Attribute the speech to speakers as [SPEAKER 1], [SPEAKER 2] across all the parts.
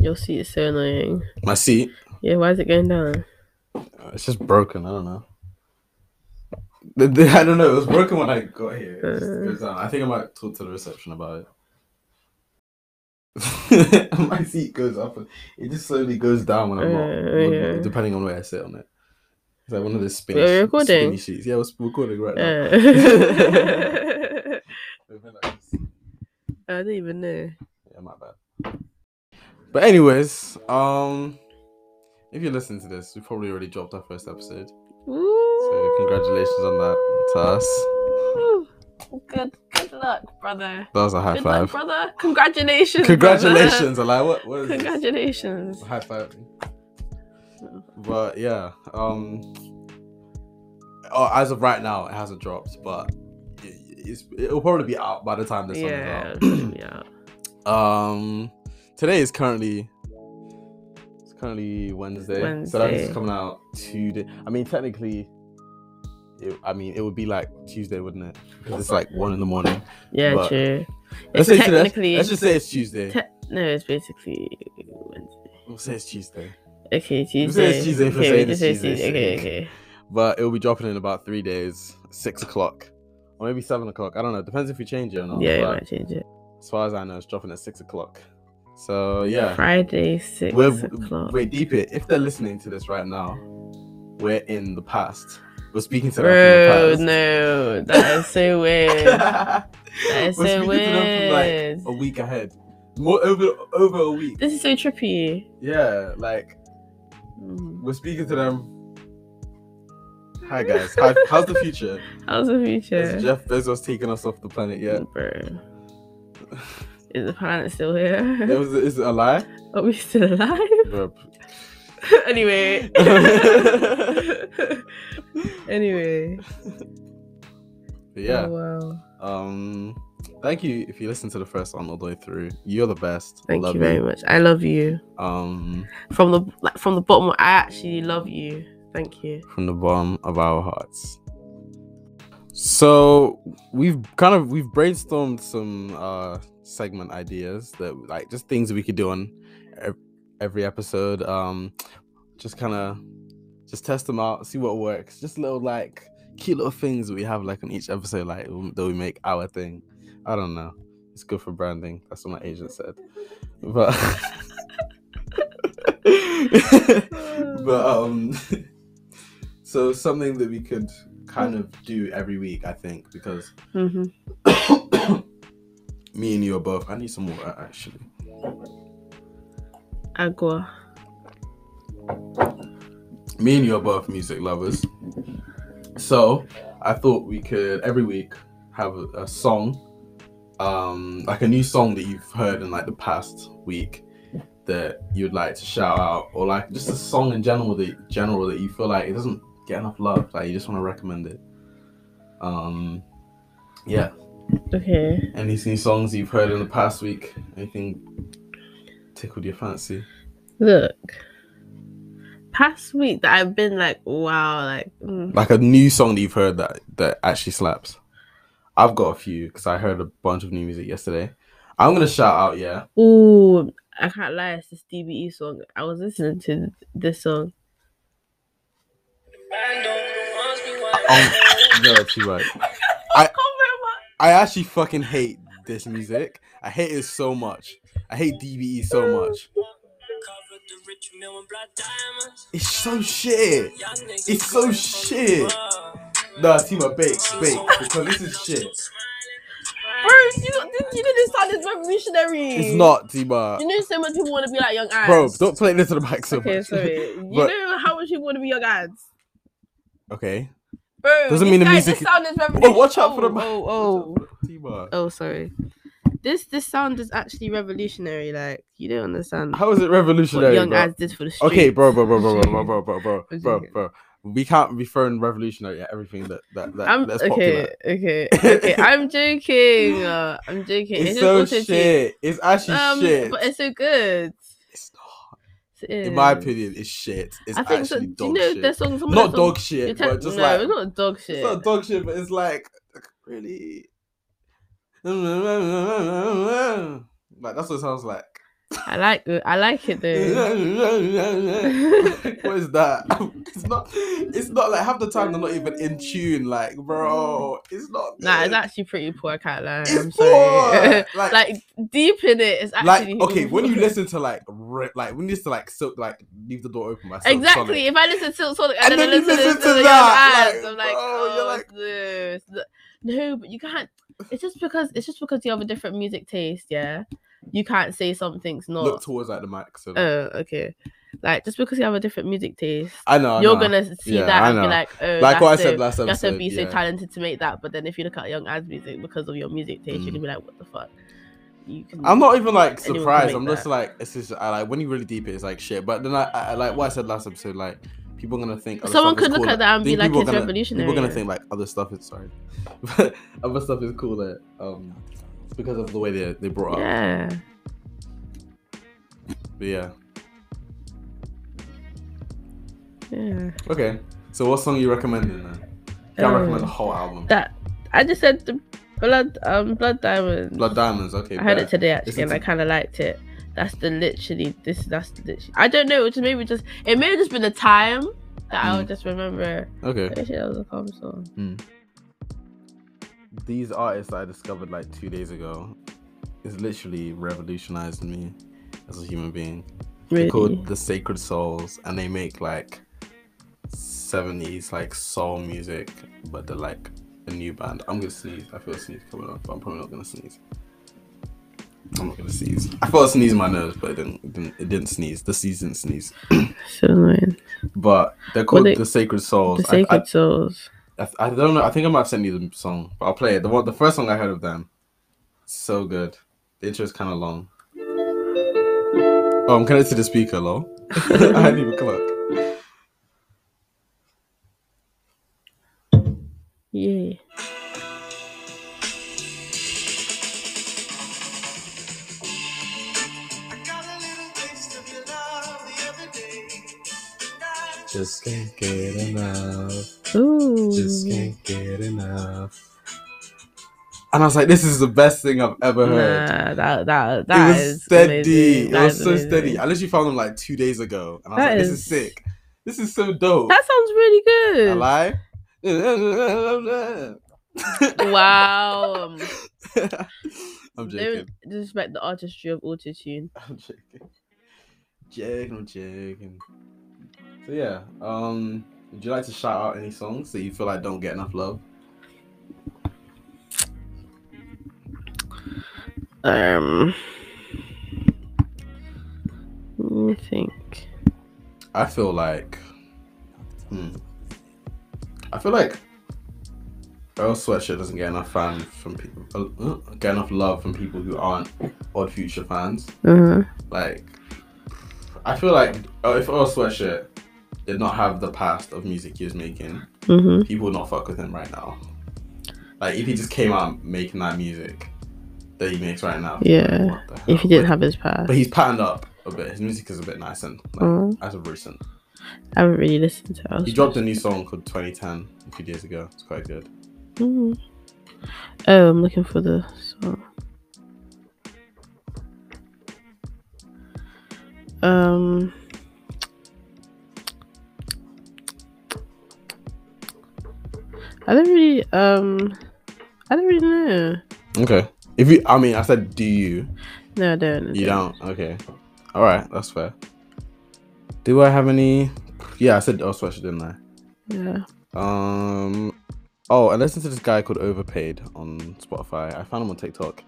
[SPEAKER 1] Your seat is so annoying.
[SPEAKER 2] My seat.
[SPEAKER 1] Yeah, why is it going down?
[SPEAKER 2] Uh, It's just broken. I don't know. The- the- I don't know. It was broken when I got here. It just goes down. I think I might talk to the reception about it. My seat goes up. and It just slowly goes down when I'm not,
[SPEAKER 1] Uh,
[SPEAKER 2] when-
[SPEAKER 1] yeah.
[SPEAKER 2] depending on where I sit on it. It's like one of those spinny,
[SPEAKER 1] We're
[SPEAKER 2] sh-
[SPEAKER 1] recording?
[SPEAKER 2] spinny sheets. Yeah, we're recording right now.
[SPEAKER 1] Uh,
[SPEAKER 2] We're like this.
[SPEAKER 1] I don't even know.
[SPEAKER 2] Yeah, my bad. But anyways, um, if you listen to this, we probably already dropped our first episode. So congratulations on that to us.
[SPEAKER 1] Woo. Good, good luck, brother.
[SPEAKER 2] That was a high
[SPEAKER 1] Good luck,
[SPEAKER 2] five.
[SPEAKER 1] brother. Congratulations.
[SPEAKER 2] Congratulations! I like what? What
[SPEAKER 1] brother.
[SPEAKER 2] is this?
[SPEAKER 1] Congratulations.
[SPEAKER 2] High five. But yeah, um, oh, as of right now, it hasn't dropped, but it, it's, it'll probably be out by the time this
[SPEAKER 1] Yeah.
[SPEAKER 2] one is out.
[SPEAKER 1] yeah.
[SPEAKER 2] Um, today is currently it's currently Wednesday, so that is
[SPEAKER 1] Wednesday.
[SPEAKER 2] coming out Tuesday. I mean, technically, it, I mean, it would be like Tuesday, wouldn't it? 'Cause it's like one in the morning.
[SPEAKER 1] Yeah,
[SPEAKER 2] But-
[SPEAKER 1] true. It's
[SPEAKER 2] Let's, say today-
[SPEAKER 1] technically.
[SPEAKER 2] let's just say it's Tuesday.
[SPEAKER 1] te- no, it's basically Wednesday.
[SPEAKER 2] we'll say it's Tuesday,
[SPEAKER 1] Okay, Tuesday.
[SPEAKER 2] say it's Tuesday for
[SPEAKER 1] okay,
[SPEAKER 2] saying
[SPEAKER 1] we just
[SPEAKER 2] it's
[SPEAKER 1] say
[SPEAKER 2] Tuesday,
[SPEAKER 1] Okay,
[SPEAKER 2] so-
[SPEAKER 1] okay.
[SPEAKER 2] but it'll be dropping in about three days, six o'clock, or maybe seven o'clock. I don't know. Depends if we change it or not.
[SPEAKER 1] yeah, we
[SPEAKER 2] but
[SPEAKER 1] might change it.
[SPEAKER 2] as far as I know, it's dropping at six o'clock. So yeah.
[SPEAKER 1] Friday, 6
[SPEAKER 2] we're,
[SPEAKER 1] o'clock.
[SPEAKER 2] we're deep in. If they're listening to this right now, we're in the past. We're speaking to them
[SPEAKER 1] Bro,
[SPEAKER 2] from the
[SPEAKER 1] no, that is so weird. that
[SPEAKER 2] past.
[SPEAKER 1] is
[SPEAKER 2] we're
[SPEAKER 1] so
[SPEAKER 2] speaking to them
[SPEAKER 1] weird.
[SPEAKER 2] from like a week ahead, more over over a week.
[SPEAKER 1] This is so trippy. Mm.
[SPEAKER 2] Yeah, like we're speaking to them. Hi guys, Hi, how's the future?
[SPEAKER 1] How's the future,
[SPEAKER 2] Is Jeff Bezos taking us off the planet yet?
[SPEAKER 1] bro? Is the planet still here?
[SPEAKER 2] It was, is it a lie?
[SPEAKER 1] Are we still alive?
[SPEAKER 2] Bro,
[SPEAKER 1] anyway. anyway.
[SPEAKER 2] But yeah.
[SPEAKER 1] Oh, wow.
[SPEAKER 2] Um, thank you if you listen to the first one all the way through. You're the best.
[SPEAKER 1] Thank
[SPEAKER 2] Love
[SPEAKER 1] you very much. I love you
[SPEAKER 2] Um.
[SPEAKER 1] from the like, from the bottom. I actually love you. Thank you.
[SPEAKER 2] from the bottom of our hearts. So we've kind of we've brainstormed some uh segment ideas that like just things we could do on ev- every episode. Um, just kind of just test them out, see what works. Just little like cute little things that we have like on each episode, like w- that we make our thing. I don't know. It's good for branding. That's what my agent said. But but um so something that we could kind of do every week i think because
[SPEAKER 1] hmm
[SPEAKER 2] me and you are both i need some water actually
[SPEAKER 1] Agua.
[SPEAKER 2] me and you are both music lovers so i thought we could every week have a, a song um like a new song that you've heard in like the past week that you'd like to shout out or like just a song in general that general that you feel like it doesn't get enough love like you just want to recommend it um yeah
[SPEAKER 1] Okay.
[SPEAKER 2] Any new songs you've heard in the past week? Anything tickled your fancy?
[SPEAKER 1] Look, past week that I've been like, wow, like, mm,
[SPEAKER 2] Like a new song that you've heard that that actually slaps. I've got a few because I heard a bunch of new music yesterday. I'm gonna shout out, yeah.
[SPEAKER 1] ooh, I can't lie, it's this DBE song. I was listening to this song.
[SPEAKER 2] Um, no, too right. I-
[SPEAKER 1] Can't
[SPEAKER 2] I actually fucking hate this music. I hate it so much. I hate DBE so much. It's so shit.
[SPEAKER 3] It's so shit.
[SPEAKER 2] Nah, Tima, bake, bake, because this is shit.
[SPEAKER 1] remember. Bro, you, you didn't sound this revolutionary.
[SPEAKER 2] It's not Tima.
[SPEAKER 1] You know, so much people want to be like young ads.
[SPEAKER 2] Bro, don't play this to the back so
[SPEAKER 1] Okay,
[SPEAKER 2] much.
[SPEAKER 1] sorry. You
[SPEAKER 2] But-
[SPEAKER 1] know how much people want to be young ads.
[SPEAKER 2] Okay.
[SPEAKER 1] Bro,
[SPEAKER 2] Doesn't
[SPEAKER 1] this
[SPEAKER 2] mean the
[SPEAKER 1] guy,
[SPEAKER 2] music
[SPEAKER 1] This
[SPEAKER 2] is-
[SPEAKER 1] sound is
[SPEAKER 2] Oh,
[SPEAKER 1] revolutionary.
[SPEAKER 2] watch out for the
[SPEAKER 1] Oh,
[SPEAKER 2] mic.
[SPEAKER 1] oh, oh,
[SPEAKER 2] Tima.
[SPEAKER 1] oh, sorry. This this sound is actually revolutionary. Like you don't understand.
[SPEAKER 2] How is it
[SPEAKER 1] what
[SPEAKER 2] revolutionary?
[SPEAKER 1] young
[SPEAKER 2] bro?
[SPEAKER 1] ads did for the street.
[SPEAKER 2] okay, bro, bro, bro, bro, bro, bro, bro, bro, bro,
[SPEAKER 1] What
[SPEAKER 2] bro,
[SPEAKER 1] you get?
[SPEAKER 2] bro. We can't be throwing revolutionary at everything that that, that
[SPEAKER 1] I'm
[SPEAKER 2] that's
[SPEAKER 1] okay,
[SPEAKER 2] popular.
[SPEAKER 1] okay, okay. I'm joking. Uh, I'm joking.
[SPEAKER 2] It's so
[SPEAKER 1] just auto-tune.
[SPEAKER 2] shit. It's actually
[SPEAKER 1] Um,
[SPEAKER 2] shit.
[SPEAKER 1] but it's so good.
[SPEAKER 2] It's not.
[SPEAKER 1] It
[SPEAKER 2] In my
[SPEAKER 1] is.
[SPEAKER 2] opinion, it's shit. It's
[SPEAKER 1] I think so.
[SPEAKER 2] actually
[SPEAKER 1] Do you
[SPEAKER 2] dog
[SPEAKER 1] know
[SPEAKER 2] shit.
[SPEAKER 1] there's songs? Some of
[SPEAKER 2] Not
[SPEAKER 1] their songs-
[SPEAKER 2] dog
[SPEAKER 1] you
[SPEAKER 2] shit,
[SPEAKER 1] tell-
[SPEAKER 2] but just
[SPEAKER 1] no,
[SPEAKER 2] like
[SPEAKER 1] it's not dog shit.
[SPEAKER 2] it's not dog shit, but it's like really. Like that's what it sounds like.
[SPEAKER 1] I like it. I like it though.
[SPEAKER 2] what is that? It's not. It's not like half the time they're not even in tune. Like, bro, it's not.
[SPEAKER 1] Nah,
[SPEAKER 2] good.
[SPEAKER 1] it's actually pretty poor. I can't lie.
[SPEAKER 2] It's
[SPEAKER 1] I'm sorry.
[SPEAKER 2] poor. Like,
[SPEAKER 1] like deep in it, it's
[SPEAKER 2] like,
[SPEAKER 1] actually
[SPEAKER 2] okay, when you listen to like, re- like when you listen to like, silk, like, leave the door open by Silk Sonic,
[SPEAKER 1] Exactly. If I listen to Silk Sonic and,
[SPEAKER 2] And
[SPEAKER 1] then,
[SPEAKER 2] then
[SPEAKER 1] I
[SPEAKER 2] you
[SPEAKER 1] listen,
[SPEAKER 2] listen
[SPEAKER 1] to,
[SPEAKER 2] to
[SPEAKER 1] the
[SPEAKER 2] that,
[SPEAKER 1] Young Ads,
[SPEAKER 2] like,
[SPEAKER 1] I'm like,
[SPEAKER 2] bro, you're
[SPEAKER 1] oh,
[SPEAKER 2] like-
[SPEAKER 1] this. th- No, but you can't. It's just because it's just because you have a different music taste. Yeah, you can't say something's not.
[SPEAKER 2] look towards like the mic. So
[SPEAKER 1] oh, okay. Like just because you have a different music taste,
[SPEAKER 2] I know. I
[SPEAKER 1] you're
[SPEAKER 2] know.
[SPEAKER 1] gonna see
[SPEAKER 2] Yeah,
[SPEAKER 1] that
[SPEAKER 2] I
[SPEAKER 1] and be
[SPEAKER 2] know.
[SPEAKER 1] like, oh,
[SPEAKER 2] like
[SPEAKER 1] that's
[SPEAKER 2] what I
[SPEAKER 1] so-
[SPEAKER 2] said last
[SPEAKER 1] You have
[SPEAKER 2] episode.
[SPEAKER 1] to be so
[SPEAKER 2] yeah.
[SPEAKER 1] talented to make that, but then if you look at Young Ads music because of your music taste, you're gonna
[SPEAKER 2] Mm.
[SPEAKER 1] be like, what the fuck? You can...
[SPEAKER 2] I'm not even like
[SPEAKER 1] Anyone can
[SPEAKER 2] surprised.
[SPEAKER 1] make
[SPEAKER 2] I'm just like it's just I, like when you really deep it, it's like shit. But then I, I I- like what I said last episode. Like people are gonna think other
[SPEAKER 1] Someone
[SPEAKER 2] stuff is
[SPEAKER 1] could look
[SPEAKER 2] cooler.
[SPEAKER 1] at that and be
[SPEAKER 2] Think
[SPEAKER 1] like,
[SPEAKER 2] people are
[SPEAKER 1] it's
[SPEAKER 2] gonna-
[SPEAKER 1] revolutionary.
[SPEAKER 2] People are gonna think like other stuff is sorry, other stuff is cooler. Um, because of the way they they brought up.
[SPEAKER 1] yeah.
[SPEAKER 2] But yeah.
[SPEAKER 1] Yeah.
[SPEAKER 2] Okay. So what song you recommending then? Can I
[SPEAKER 1] Um,
[SPEAKER 2] recommend the whole album?
[SPEAKER 1] That I just said the blood um blood diamond.
[SPEAKER 2] Blood Diamonds. Okay.
[SPEAKER 1] I heard
[SPEAKER 2] bet.
[SPEAKER 1] it today actually,
[SPEAKER 2] Listen
[SPEAKER 1] and
[SPEAKER 2] to-
[SPEAKER 1] I kind of liked it. That's the literally this. That's the literally. I don't know. It just maybe just it may have just been the time that
[SPEAKER 2] Mm.
[SPEAKER 1] I would just remember.
[SPEAKER 2] Okay.
[SPEAKER 1] Oh, shit, that was a calm song.
[SPEAKER 2] These artists that I discovered like two days ago, is literally revolutionized me as a human being.
[SPEAKER 1] Really?
[SPEAKER 2] called the Sacred Souls, and they make like seventies like soul music, but they're like a new band. I'm gonna sneeze. I feel a sneeze coming up, but I'm probably not gonna sneeze. I'm not gonna sneeze. I felt a sneeze in my nose, but it didn't. It didn't, it didn't sneeze. The sneeze didn't sneeze.
[SPEAKER 1] So annoying.
[SPEAKER 2] But they're called
[SPEAKER 1] they-
[SPEAKER 2] the Sacred Souls.
[SPEAKER 1] The
[SPEAKER 2] I- I,
[SPEAKER 1] Sacred Souls.
[SPEAKER 2] I, I don't know. I think I might have sent you the song, but I'll play it. The one, the first song I heard of them, so good. The intro is kind of long. Oh, I'm connected to the speaker, lol. I hadn't even clocked.
[SPEAKER 1] Yeah.
[SPEAKER 2] Just can't get enough.
[SPEAKER 1] Ooh.
[SPEAKER 2] Just can't get enough. And I was like, this is the best thing I've ever heard.
[SPEAKER 1] Nah, that that
[SPEAKER 2] it
[SPEAKER 1] that
[SPEAKER 2] was
[SPEAKER 1] is
[SPEAKER 2] steady.
[SPEAKER 1] amazing.
[SPEAKER 2] It
[SPEAKER 1] That
[SPEAKER 2] was
[SPEAKER 1] is
[SPEAKER 2] so
[SPEAKER 1] amazing.
[SPEAKER 2] steady. I literally found them like two days ago, and I was
[SPEAKER 1] That
[SPEAKER 2] like, this
[SPEAKER 1] is-
[SPEAKER 2] is sick. This is so dope.
[SPEAKER 1] That sounds really good.
[SPEAKER 2] I lie.
[SPEAKER 1] wow. Um,
[SPEAKER 2] I'm joking.
[SPEAKER 1] Don't disrespect the artistry of autotune.
[SPEAKER 2] I'm joking. Joking, I'm joking. So yeah, um, would you like to shout out any songs that you feel like don't get enough love?
[SPEAKER 1] Um, let me think.
[SPEAKER 2] I feel like, hmm. I feel like Earl Sweatshirt doesn't get enough fan from people, uh, uh, get enough love from people who aren't Odd Future fans.
[SPEAKER 1] Uh-huh.
[SPEAKER 2] Like, I feel like uh, if Earl Sweatshirt did not have the past of music he was making,
[SPEAKER 1] Mm-hmm.
[SPEAKER 2] people would not fuck with him right now. Like if he just came out making that music that he makes right now. people would be like,
[SPEAKER 1] Yeah,
[SPEAKER 2] "What the
[SPEAKER 1] If he
[SPEAKER 2] hell?"
[SPEAKER 1] didn't
[SPEAKER 2] but,
[SPEAKER 1] have his past,
[SPEAKER 2] but he's patterned up a bit. His music is a bit nice and like,
[SPEAKER 1] Mhm.
[SPEAKER 2] as of recent.
[SPEAKER 1] I haven't really listened to us.
[SPEAKER 2] He dropped a new song called 2010 a few days ago. It's quite good.
[SPEAKER 1] Mhm. Oh, I'm looking for the song. Um. I don't really um I don't really know.
[SPEAKER 2] Okay. If you, I mean, I said, do you?
[SPEAKER 1] No, I don't. I
[SPEAKER 2] You don't. Okay. All right, that's fair. Do I have any? Yeah, I said oh, Sweatshirt, didn't I?
[SPEAKER 1] Yeah.
[SPEAKER 2] Um. Oh, I listened to this guy called Overpaid on Spotify. I found him on TikTok.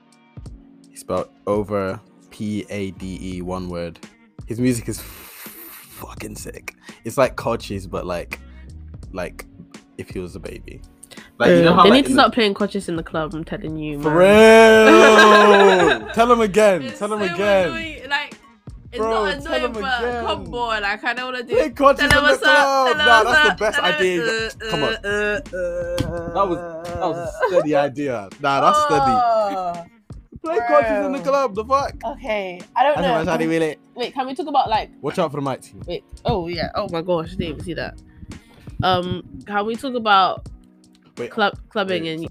[SPEAKER 2] He spelled over P A D E one word. His music is fucking sick. It's like Kochi's, but like, like if he was a baby. Like you
[SPEAKER 1] Uh,
[SPEAKER 2] know how
[SPEAKER 1] they
[SPEAKER 2] like,
[SPEAKER 1] need to
[SPEAKER 2] in the-
[SPEAKER 1] stop playing crotches in the club. I'm telling you,
[SPEAKER 2] for
[SPEAKER 1] man.
[SPEAKER 2] real. tell him again. tell him again.
[SPEAKER 1] Like, it's
[SPEAKER 2] Bro,
[SPEAKER 1] not
[SPEAKER 2] tell
[SPEAKER 1] annoying,
[SPEAKER 2] him
[SPEAKER 1] but
[SPEAKER 2] again.
[SPEAKER 1] come on, like I don't want to do.
[SPEAKER 2] Play Kochi's in
[SPEAKER 1] Tell
[SPEAKER 2] the
[SPEAKER 1] him what's up.
[SPEAKER 2] club.
[SPEAKER 1] Tell him
[SPEAKER 2] Nah,
[SPEAKER 1] what's
[SPEAKER 2] that's the
[SPEAKER 1] up,
[SPEAKER 2] best
[SPEAKER 1] tell him-
[SPEAKER 2] idea.
[SPEAKER 1] uh,
[SPEAKER 2] Come on.
[SPEAKER 1] uh, uh,
[SPEAKER 2] That was that was a steady idea. Nah, that's steady.
[SPEAKER 1] Oh,
[SPEAKER 2] Play Kochi's in the
[SPEAKER 1] bro.
[SPEAKER 2] club. The fuck.
[SPEAKER 1] uh, Okay, I don't
[SPEAKER 2] That's how much I
[SPEAKER 1] know.
[SPEAKER 2] did really-
[SPEAKER 1] Wait, can we talk about like?
[SPEAKER 2] Watch out for the mic team.
[SPEAKER 1] Wait. Oh yeah. Oh my gosh, I didn't even see that. Um, can we talk about
[SPEAKER 2] Wait.
[SPEAKER 1] club clubbing
[SPEAKER 2] wait,
[SPEAKER 1] and?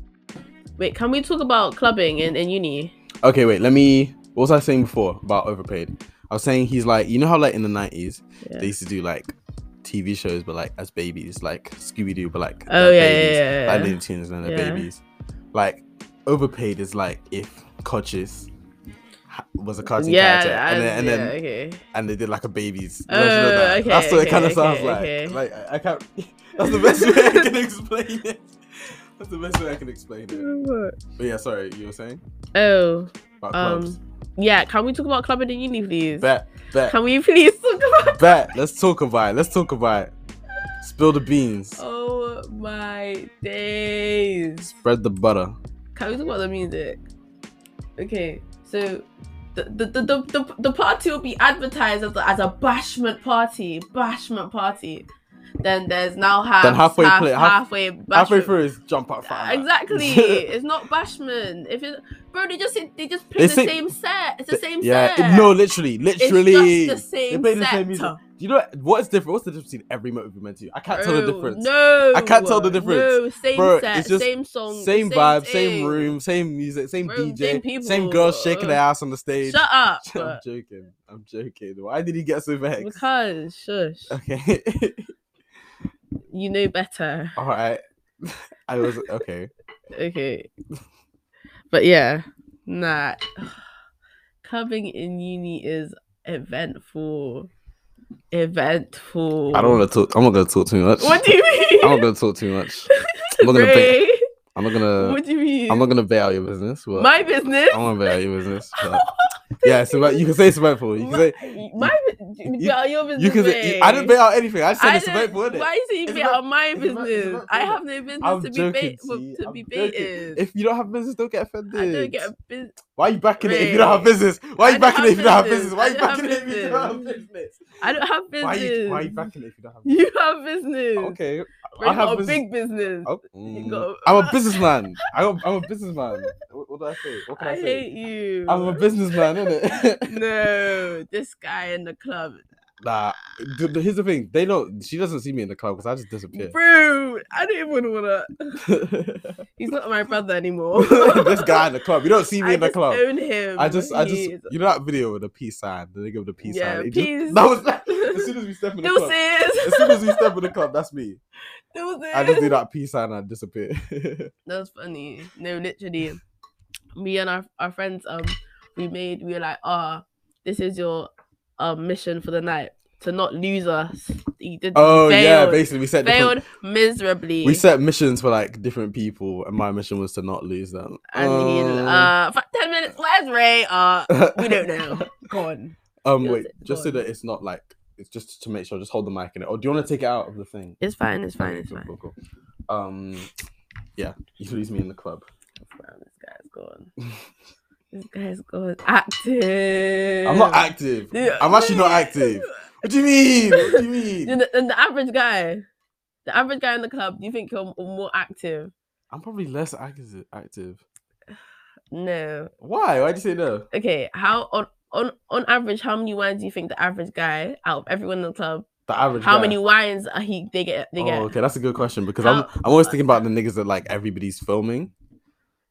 [SPEAKER 1] Wait, can we talk about clubbing in, in uni?
[SPEAKER 2] Okay, wait. Let me what was I saying before about overpaid? I was saying he's like, you know how like in the nineties
[SPEAKER 1] Yeah.
[SPEAKER 2] they used to do like TV shows, but like as babies, like Scooby Doo, but like
[SPEAKER 1] Oh
[SPEAKER 2] they're
[SPEAKER 1] yeah, yeah,
[SPEAKER 2] babies,
[SPEAKER 1] yeah,
[SPEAKER 2] like
[SPEAKER 1] yeah.
[SPEAKER 2] Looney Tunes and the
[SPEAKER 1] Yeah.
[SPEAKER 2] babies. Like overpaid is like if Coaches was a cartoon
[SPEAKER 1] yeah,
[SPEAKER 2] character,
[SPEAKER 1] I-
[SPEAKER 2] and then, and
[SPEAKER 1] yeah,
[SPEAKER 2] then
[SPEAKER 1] okay.
[SPEAKER 2] and they did like a baby's
[SPEAKER 1] Oh,
[SPEAKER 2] version of that.
[SPEAKER 1] okay,
[SPEAKER 2] that's what it
[SPEAKER 1] okay,
[SPEAKER 2] kind of sounds
[SPEAKER 1] okay,
[SPEAKER 2] like.
[SPEAKER 1] okay.
[SPEAKER 2] Like I, I can't. That's the best way I can explain it. That's the best way I can explain it. But yeah, sorry, you were saying
[SPEAKER 1] Oh,
[SPEAKER 2] about clubs.
[SPEAKER 1] um, yeah. Can we talk about clubbing in uni, please?
[SPEAKER 2] Bet, bet,
[SPEAKER 1] Can we please talk about?
[SPEAKER 2] bet. Let's talk about it. Let's talk about it. Spill the beans.
[SPEAKER 1] Oh my days.
[SPEAKER 2] Spread the butter.
[SPEAKER 1] Can we talk about the music? Okay, so the the the, the, the, the party will be advertised as, a- as a bashment party, bashment party. Then there's now half,
[SPEAKER 2] Then halfway
[SPEAKER 1] half-
[SPEAKER 2] play- half-
[SPEAKER 1] halfway,
[SPEAKER 2] Halfway
[SPEAKER 1] bashment.
[SPEAKER 2] through is jump out
[SPEAKER 1] Uh,
[SPEAKER 2] fire.
[SPEAKER 1] Exactly, it's not bashment. If it, bro, they just they just play
[SPEAKER 2] They
[SPEAKER 1] the
[SPEAKER 2] sing-
[SPEAKER 1] same set. It's the same
[SPEAKER 2] yeah,
[SPEAKER 1] set.
[SPEAKER 2] it- no, literally, literally.
[SPEAKER 1] it's just the
[SPEAKER 2] they
[SPEAKER 1] same
[SPEAKER 2] play the
[SPEAKER 1] set. Oh,
[SPEAKER 2] same music. Do you know what- what's different? What's the difference between every motive we meant to? I can't tell the
[SPEAKER 1] Bro,
[SPEAKER 2] difference.
[SPEAKER 1] No,
[SPEAKER 2] I can't tell the difference.
[SPEAKER 1] No, same
[SPEAKER 2] Bro,
[SPEAKER 1] set,
[SPEAKER 2] it's just
[SPEAKER 1] same song,
[SPEAKER 2] same vibe, same
[SPEAKER 1] thing.
[SPEAKER 2] room, same music, same
[SPEAKER 1] Bro,
[SPEAKER 2] DJ,
[SPEAKER 1] same
[SPEAKER 2] same,
[SPEAKER 1] people.
[SPEAKER 2] girls shaking their
[SPEAKER 1] Ugh.
[SPEAKER 2] ass on the stage.
[SPEAKER 1] Shut up.
[SPEAKER 2] I'm joking. I'm joking. Why did he get so vexed?
[SPEAKER 1] Because shush,
[SPEAKER 2] Okay.
[SPEAKER 1] you know better.
[SPEAKER 2] All right. I was okay.
[SPEAKER 1] Okay, but yeah, nah. Coming in uni is eventful. Eventful.
[SPEAKER 2] I don't want to talk. I'm not going to talk too much.
[SPEAKER 1] What do you mean?
[SPEAKER 2] I'm not going to talk too much. I'm not gonna bait-
[SPEAKER 1] Ray,
[SPEAKER 2] I'm not going
[SPEAKER 1] What do you mean?
[SPEAKER 2] to. I'm not going to bail your business. But
[SPEAKER 1] my business.
[SPEAKER 2] I want to bail your business. But... yeah, it's about, you can say it's eventful. You can say.
[SPEAKER 1] my, my
[SPEAKER 2] you-
[SPEAKER 1] yeah, your business.
[SPEAKER 2] You can say. I didn't bail out anything. I said
[SPEAKER 1] I
[SPEAKER 2] it's
[SPEAKER 1] didn't-
[SPEAKER 2] eventful, innit?
[SPEAKER 1] Why is he
[SPEAKER 2] It's
[SPEAKER 1] bait
[SPEAKER 2] about-
[SPEAKER 1] on my
[SPEAKER 2] it's about-
[SPEAKER 1] business?
[SPEAKER 2] it's about-
[SPEAKER 1] I
[SPEAKER 2] it's
[SPEAKER 1] have no business
[SPEAKER 2] I'm
[SPEAKER 1] to be
[SPEAKER 2] joking.
[SPEAKER 1] bait, for-
[SPEAKER 2] T.
[SPEAKER 1] to
[SPEAKER 2] I'm
[SPEAKER 1] be
[SPEAKER 2] joking.
[SPEAKER 1] baited.
[SPEAKER 2] If you don't have business, don't get offended.
[SPEAKER 1] I don't get a business.
[SPEAKER 2] Why are you backing it if you don't have
[SPEAKER 1] Ray.
[SPEAKER 2] business? Why are
[SPEAKER 1] I
[SPEAKER 2] you
[SPEAKER 1] don't
[SPEAKER 2] backing
[SPEAKER 1] have
[SPEAKER 2] it if you don't have
[SPEAKER 1] business.
[SPEAKER 2] business? Why are you
[SPEAKER 1] I don't have
[SPEAKER 2] backing it if you don't have
[SPEAKER 1] business.
[SPEAKER 2] business?
[SPEAKER 1] I don't have business.
[SPEAKER 2] Why are you, why are you backing it if you don't have
[SPEAKER 1] You
[SPEAKER 2] business?
[SPEAKER 1] have business.
[SPEAKER 2] Okay.
[SPEAKER 1] Bro, you
[SPEAKER 2] I have
[SPEAKER 1] got a
[SPEAKER 2] business.
[SPEAKER 1] big business.
[SPEAKER 2] Oh,
[SPEAKER 1] You
[SPEAKER 2] mm,
[SPEAKER 1] got-
[SPEAKER 2] I'm a businessman. I got, I'm a businessman. What, what do I say? What can I,
[SPEAKER 1] I
[SPEAKER 2] say?
[SPEAKER 1] hate you.
[SPEAKER 2] I'm a businessman, innit?
[SPEAKER 1] no, this guy in the club,
[SPEAKER 2] nah. d- d- Here's the thing. They don't. She doesn't see me in the club because I just disappear.
[SPEAKER 1] bro. I don't even wanna.
[SPEAKER 2] this
[SPEAKER 1] He's not my brother anymore.
[SPEAKER 2] guy in the club. You don't see me
[SPEAKER 1] I
[SPEAKER 2] in the
[SPEAKER 1] just
[SPEAKER 2] club.
[SPEAKER 1] Own him.
[SPEAKER 2] I just, I just,
[SPEAKER 1] He is-
[SPEAKER 2] you know that video with the peace sign, the nigga with the peace
[SPEAKER 1] Yeah,
[SPEAKER 2] sign. It just-
[SPEAKER 1] peace.
[SPEAKER 2] that was as soon as we step in the club.
[SPEAKER 1] Deuces.
[SPEAKER 2] As soon as we step in the club, that's me.
[SPEAKER 1] Deuces.
[SPEAKER 2] I just do that peace sign and I disappear.
[SPEAKER 1] That's funny. No, literally, me and our, our friends, um, we made we were like, ah, this is your um mission for the night to not lose us. You did
[SPEAKER 2] oh yeah,
[SPEAKER 1] failed,
[SPEAKER 2] basically we set
[SPEAKER 1] failed
[SPEAKER 2] different-
[SPEAKER 1] miserably.
[SPEAKER 2] we set missions for like different people, and my mission was to not lose them.
[SPEAKER 1] and he
[SPEAKER 2] Um,
[SPEAKER 1] uh for ten minutes. Where's Ray? Uh, we don't know. Gone.
[SPEAKER 2] um,
[SPEAKER 1] Yes,
[SPEAKER 2] wait,
[SPEAKER 1] it's
[SPEAKER 2] just so
[SPEAKER 1] gone.
[SPEAKER 2] that it's not like it's just to make sure. Just hold the mic in it. Or do you want to take it out of the thing?
[SPEAKER 1] It's fine. It's fine.
[SPEAKER 2] Okay,
[SPEAKER 1] It's
[SPEAKER 2] cool,
[SPEAKER 1] fine.
[SPEAKER 2] cool, cool. Um, yeah, you lose me in the club.
[SPEAKER 1] It's fine. This guy's gone. This guy's gone. Active.
[SPEAKER 2] I'm not active.
[SPEAKER 1] Yeah.
[SPEAKER 2] I'm actually not active. What do you mean? What do you mean?
[SPEAKER 1] And the, and the average guy, the average guy in the club, do you think he'll m- more active?
[SPEAKER 2] I'm probably less active. Active.
[SPEAKER 1] No.
[SPEAKER 2] Why? Why'd you say no?
[SPEAKER 1] Okay. How on on on average, how many wines do you think the average guy out of everyone in the club?
[SPEAKER 2] The average.
[SPEAKER 1] How
[SPEAKER 2] guy.
[SPEAKER 1] many wines are he they get they get?
[SPEAKER 2] Oh, okay, that's a good question because
[SPEAKER 1] How-
[SPEAKER 2] I'm I'm always thinking about the niggas that like everybody's filming.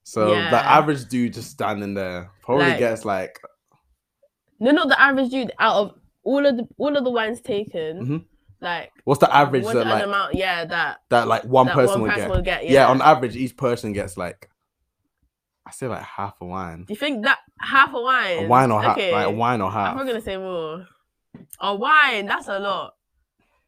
[SPEAKER 2] So the
[SPEAKER 1] Yeah.
[SPEAKER 2] average dude just standing there probably
[SPEAKER 1] Like-
[SPEAKER 2] gets like
[SPEAKER 1] No, not the average dude out of all of the all of the wines taken.
[SPEAKER 2] Mhm.
[SPEAKER 1] Like
[SPEAKER 2] what's the average
[SPEAKER 1] what's
[SPEAKER 2] that
[SPEAKER 1] an
[SPEAKER 2] like
[SPEAKER 1] amount? Yeah, that
[SPEAKER 2] that like one
[SPEAKER 1] that
[SPEAKER 2] person
[SPEAKER 1] one
[SPEAKER 2] would
[SPEAKER 1] person
[SPEAKER 2] get.
[SPEAKER 1] will get.
[SPEAKER 2] yeah.
[SPEAKER 1] Yeah.
[SPEAKER 2] on average each person gets like I say like half a wine,
[SPEAKER 1] do you think that half a wine?
[SPEAKER 2] a wine or half,
[SPEAKER 1] Okay.
[SPEAKER 2] like a wine or
[SPEAKER 1] I'm
[SPEAKER 2] half.
[SPEAKER 1] probably gonna say more. A wine. That's a lot.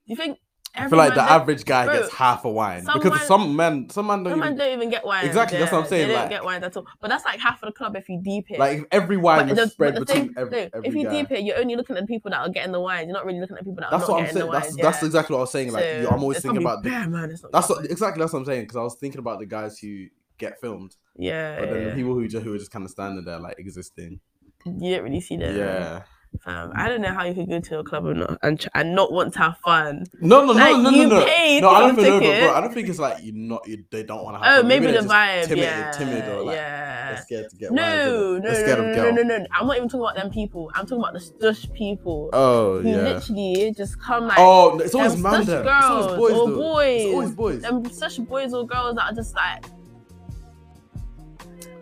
[SPEAKER 1] Do you think?
[SPEAKER 2] I feel like the
[SPEAKER 1] everyone-
[SPEAKER 2] average guy
[SPEAKER 1] Bro,
[SPEAKER 2] gets half a wine
[SPEAKER 1] some
[SPEAKER 2] because
[SPEAKER 1] wine-
[SPEAKER 2] some men, some men don't,
[SPEAKER 1] Some men
[SPEAKER 2] even,
[SPEAKER 1] don't even get wine.
[SPEAKER 2] Exactly, that's what I'm saying,
[SPEAKER 1] They don't
[SPEAKER 2] like-
[SPEAKER 1] get wine at all. But that's like half of the club if you deep it.
[SPEAKER 2] like if every wine
[SPEAKER 1] But
[SPEAKER 2] was
[SPEAKER 1] the-
[SPEAKER 2] spread
[SPEAKER 1] but the thing-
[SPEAKER 2] between every,
[SPEAKER 1] no,
[SPEAKER 2] every
[SPEAKER 1] if you
[SPEAKER 2] guy.
[SPEAKER 1] deep it, you're only looking at the people that are getting the wine. You're not really looking at people that
[SPEAKER 2] that's
[SPEAKER 1] are not
[SPEAKER 2] what I'm
[SPEAKER 1] getting
[SPEAKER 2] saying.
[SPEAKER 1] the
[SPEAKER 2] That's
[SPEAKER 1] wine.
[SPEAKER 2] that's
[SPEAKER 1] yeah.
[SPEAKER 2] exactly what I was saying. Like you-
[SPEAKER 1] So
[SPEAKER 2] I'm always
[SPEAKER 1] it's
[SPEAKER 2] thinking
[SPEAKER 1] probably
[SPEAKER 2] about the
[SPEAKER 1] bare, man. It's not
[SPEAKER 2] That's
[SPEAKER 1] proper.
[SPEAKER 2] what, exactly that's what I'm saying because I was thinking about the guys who get filmed,
[SPEAKER 1] yeah,
[SPEAKER 2] but
[SPEAKER 1] yeah,
[SPEAKER 2] then the
[SPEAKER 1] yeah.
[SPEAKER 2] people who just who are just kind of standing there like existing.
[SPEAKER 1] You don't really see
[SPEAKER 2] Yeah.
[SPEAKER 1] that. Um, I don't know how you could go to a club and not and, tr- and not want to have fun.
[SPEAKER 2] No, no,
[SPEAKER 1] Like,
[SPEAKER 2] no, no,
[SPEAKER 1] you
[SPEAKER 2] no, no.
[SPEAKER 1] paid
[SPEAKER 2] No,
[SPEAKER 1] for
[SPEAKER 2] I don't
[SPEAKER 1] the
[SPEAKER 2] think, no, but bro,
[SPEAKER 1] ticket.
[SPEAKER 2] I don't think it's like you not you, they don't want to.
[SPEAKER 1] Oh, maybe, the
[SPEAKER 2] they're just
[SPEAKER 1] vibe.
[SPEAKER 2] timid,
[SPEAKER 1] yeah,
[SPEAKER 2] timid, or like they're
[SPEAKER 1] yeah.
[SPEAKER 2] scared to get.
[SPEAKER 1] No, no,
[SPEAKER 2] they
[SPEAKER 1] no, no, no, no, no, no. I'm not even talking about them people. I'm talking about the stush people
[SPEAKER 2] Oh
[SPEAKER 1] who
[SPEAKER 2] yeah.
[SPEAKER 1] literally just come like
[SPEAKER 2] Oh, no, it's always
[SPEAKER 1] them
[SPEAKER 2] man
[SPEAKER 1] such
[SPEAKER 2] there. It's always
[SPEAKER 1] girls
[SPEAKER 2] boys.
[SPEAKER 1] or
[SPEAKER 2] though. It's always boys.
[SPEAKER 1] them such boys or girls that are just like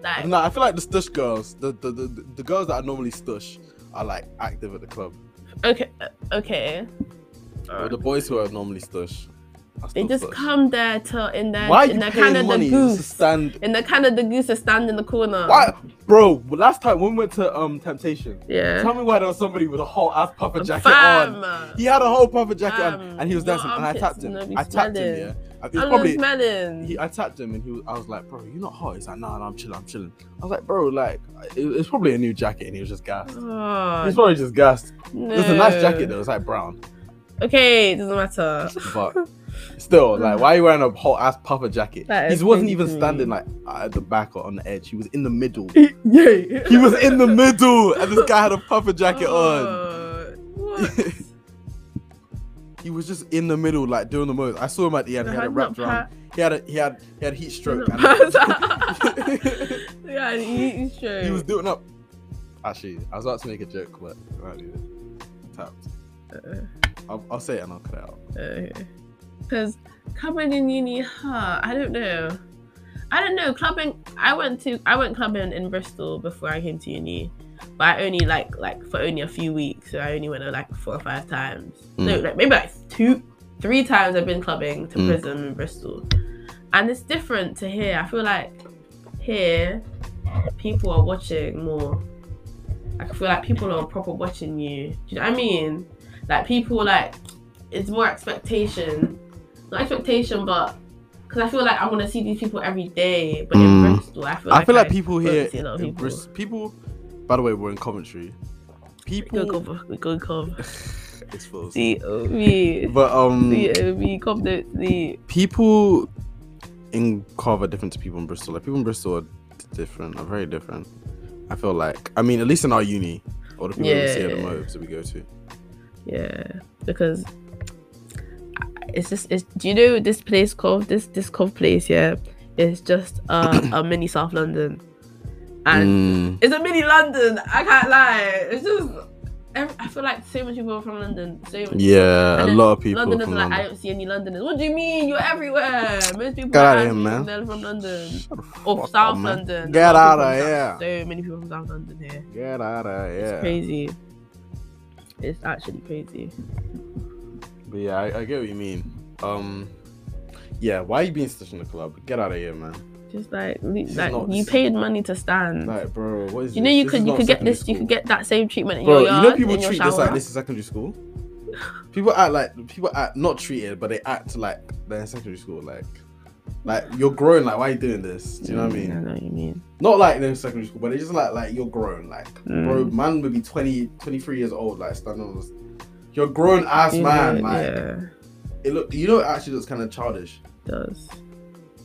[SPEAKER 1] Like,
[SPEAKER 2] No, I feel like the stush girls, the the, the, the girls that I normally stush, are like active at the club.
[SPEAKER 1] okay, uh, okay.
[SPEAKER 2] But the boys who are normally stush, I
[SPEAKER 1] They
[SPEAKER 2] still
[SPEAKER 1] just
[SPEAKER 2] stush.
[SPEAKER 1] come there to in their
[SPEAKER 2] Why are
[SPEAKER 1] in
[SPEAKER 2] you
[SPEAKER 1] their
[SPEAKER 2] paying
[SPEAKER 1] Canada
[SPEAKER 2] money to
[SPEAKER 1] goose. Um,
[SPEAKER 2] stand?
[SPEAKER 1] In the Canada goose to stand in the corner.
[SPEAKER 2] Why, bro? Last time when we went to um Temptation,
[SPEAKER 1] Yeah.
[SPEAKER 2] tell me why there was somebody with a whole ass puffer jacket on.
[SPEAKER 1] Fam.
[SPEAKER 2] He had a whole puffer jacket on,
[SPEAKER 1] Fam,
[SPEAKER 2] and he was
[SPEAKER 1] your
[SPEAKER 2] dancing, and I
[SPEAKER 1] armpits
[SPEAKER 2] tapped him.
[SPEAKER 1] gonna be
[SPEAKER 2] I tapped him.
[SPEAKER 1] smelling.
[SPEAKER 2] Yeah, I- it was
[SPEAKER 1] I'm
[SPEAKER 2] probably.
[SPEAKER 1] smelling.
[SPEAKER 2] He, I tapped him and he was, I was like, bro, you're not hot. He's like, nah, nah, I'm chilling, I'm chilling. I was like, bro, like, it, it's probably a new jacket, and he was just gassed.
[SPEAKER 1] Oh,
[SPEAKER 2] He's probably just gassed.
[SPEAKER 1] no.
[SPEAKER 2] It was a nice jacket though. It's like brown,
[SPEAKER 1] Okay, it doesn't matter.
[SPEAKER 2] but still, like, why are you wearing a whole ass puffer jacket?
[SPEAKER 1] That is
[SPEAKER 2] He wasn't even
[SPEAKER 1] crazy.
[SPEAKER 2] standing like at the back or on the edge. He was in the middle.
[SPEAKER 1] Yay.
[SPEAKER 2] he was in the middle, and this guy had a puffer jacket on.
[SPEAKER 1] Oh, What?
[SPEAKER 2] He was just in the middle, like doing the most. I saw him at the end. He had a wrapped around. He had a he had he had heat stroke. and-
[SPEAKER 1] yeah, he, he's true.
[SPEAKER 2] he was doing up. Actually, I was about to make a joke, but I won't do it. Tapped.
[SPEAKER 1] Uh,
[SPEAKER 2] I'll, I'll say it and I'll cut it out.
[SPEAKER 1] Because Uh, clubbing in uni, huh? I don't know. I don't know. Clubbing. I went to. I went clubbing in Bristol before I came to uni, but I only like like for only a few weeks. So I only went like four or five times. No,
[SPEAKER 2] Mm.
[SPEAKER 1] like maybe like two, three times. I've been clubbing to
[SPEAKER 2] Mm.
[SPEAKER 1] prison in Bristol, and it's different to here. I feel like here, people are watching more. I feel like people are proper watching you. Do you know what I mean? Like people like it's more expectation, not expectation, but because I feel like I want to see these people every day. But in
[SPEAKER 2] Mm.
[SPEAKER 1] Bristol, I feel like
[SPEAKER 2] I feel like people
[SPEAKER 1] don't
[SPEAKER 2] here,
[SPEAKER 1] see a lot of
[SPEAKER 2] in
[SPEAKER 1] people.
[SPEAKER 2] Bris- people. By the way, we're in Coventry.
[SPEAKER 1] go
[SPEAKER 2] People,
[SPEAKER 1] cover, we go cover.
[SPEAKER 2] it's false.
[SPEAKER 1] C O V,
[SPEAKER 2] But um,
[SPEAKER 1] C O V, come the C.
[SPEAKER 2] people in Cov are different to people in Bristol. Like people in Bristol are d- different, are very different. I feel like, I mean, at least in our uni, or the people we see at the
[SPEAKER 1] Yeah.
[SPEAKER 2] mobs that we go to.
[SPEAKER 1] Yeah, because I- it's just it's. Do you know this place called this this cov place? Yeah, it's just a, a mini South London, and
[SPEAKER 2] Mm,
[SPEAKER 1] It's a mini London. I can't lie. It's just. ev- I feel like so many people are from London. So much.
[SPEAKER 2] yeah, a
[SPEAKER 1] And then
[SPEAKER 2] lot of people
[SPEAKER 1] Londoners
[SPEAKER 2] from
[SPEAKER 1] are like, I
[SPEAKER 2] London.
[SPEAKER 1] don't see any Londoners. What do you mean? You're everywhere. Most people
[SPEAKER 2] Get
[SPEAKER 1] are
[SPEAKER 2] outta here,
[SPEAKER 1] actually
[SPEAKER 2] man.
[SPEAKER 1] they're from London
[SPEAKER 2] Shut the fuck
[SPEAKER 1] or
[SPEAKER 2] up,
[SPEAKER 1] South
[SPEAKER 2] man.
[SPEAKER 1] London. A
[SPEAKER 2] Get
[SPEAKER 1] lot
[SPEAKER 2] out
[SPEAKER 1] of
[SPEAKER 2] of
[SPEAKER 1] people
[SPEAKER 2] here.
[SPEAKER 1] from South- So many people from South London here.
[SPEAKER 2] Get out of here.
[SPEAKER 1] It's crazy. It's actually crazy.
[SPEAKER 2] But yeah, I, I get what you mean. Um, yeah, why are you being such in the club? Get out of here, man.
[SPEAKER 1] Just like le-
[SPEAKER 2] This is
[SPEAKER 1] like
[SPEAKER 2] not-
[SPEAKER 1] you paid money to stand.
[SPEAKER 2] Like, bro, what is
[SPEAKER 1] you know
[SPEAKER 2] this?
[SPEAKER 1] you
[SPEAKER 2] This
[SPEAKER 1] could
[SPEAKER 2] is
[SPEAKER 1] you
[SPEAKER 2] not
[SPEAKER 1] could get
[SPEAKER 2] secondary
[SPEAKER 1] this you
[SPEAKER 2] school.
[SPEAKER 1] could get that same treatment in
[SPEAKER 2] Bro,
[SPEAKER 1] your yard.
[SPEAKER 2] you know people
[SPEAKER 1] in your
[SPEAKER 2] treat
[SPEAKER 1] shower.
[SPEAKER 2] this like this is secondary school. People act like people act not treated, but they act like they're in secondary school. Like, like you're grown. Like, why are you doing this? Do you know what
[SPEAKER 1] Mm, I
[SPEAKER 2] I mean?
[SPEAKER 1] know what you mean.
[SPEAKER 2] Not like they're in secondary school, but they just like like you're grown. Like,
[SPEAKER 1] Mm.
[SPEAKER 2] bro, man would be 20, 23 years old. Like, standing on, this- you're grown ass
[SPEAKER 1] You
[SPEAKER 2] man.
[SPEAKER 1] know,
[SPEAKER 2] Like,
[SPEAKER 1] yeah,
[SPEAKER 2] it look, you know, it actually looks kind of childish.
[SPEAKER 1] it does.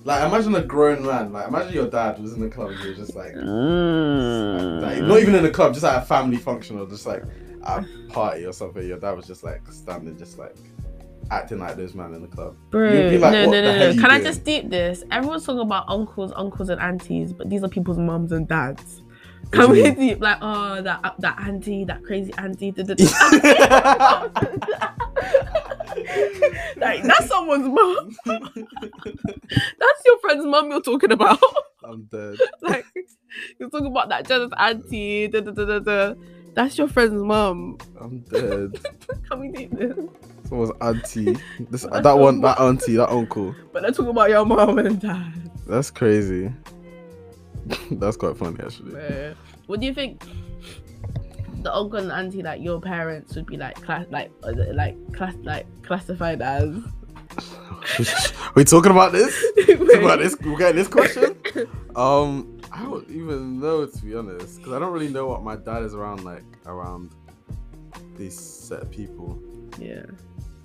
[SPEAKER 2] Like imagine a grown man. Like imagine your dad was in the club. and He was just like,
[SPEAKER 1] Mm.
[SPEAKER 2] like, not even in the club, just at a family function or just like at a party or something. Your dad was just like standing, just like acting like this man in the club. You'd
[SPEAKER 1] Bro,
[SPEAKER 2] be like,
[SPEAKER 1] no,
[SPEAKER 2] "What
[SPEAKER 1] no,
[SPEAKER 2] the
[SPEAKER 1] no,
[SPEAKER 2] hell
[SPEAKER 1] no.
[SPEAKER 2] are you
[SPEAKER 1] Can I
[SPEAKER 2] doing?"
[SPEAKER 1] just deep this? Everyone's talking about uncles, uncles, and aunties, but these are people's mums and dads.
[SPEAKER 2] do
[SPEAKER 1] Can
[SPEAKER 2] you
[SPEAKER 1] we
[SPEAKER 2] mean?
[SPEAKER 1] deep like, oh, that that auntie, that crazy auntie, da, da, da. like that's someone's mum. That's your friend's mum you're talking about.
[SPEAKER 2] I'm dead.
[SPEAKER 1] like you're talking about that jealous auntie, da, da, da, da, da. That's your friend's mum.
[SPEAKER 2] I'm dead.
[SPEAKER 1] Can we deep this?
[SPEAKER 2] Someone's auntie. This that one, that auntie, that uncle.
[SPEAKER 1] But they're talking about your mum and dad.
[SPEAKER 2] That's crazy. That's quite funny actually.
[SPEAKER 1] Bruh. What do you think the uncle and auntie like your parents would be like class like uh, like class like classified as?
[SPEAKER 2] we talking about this? Talking about
[SPEAKER 1] Wait.
[SPEAKER 2] this? We getting this question? Um, I don't even know to be honest, because I don't really know what my dad is around like around these set of people.
[SPEAKER 1] Yeah.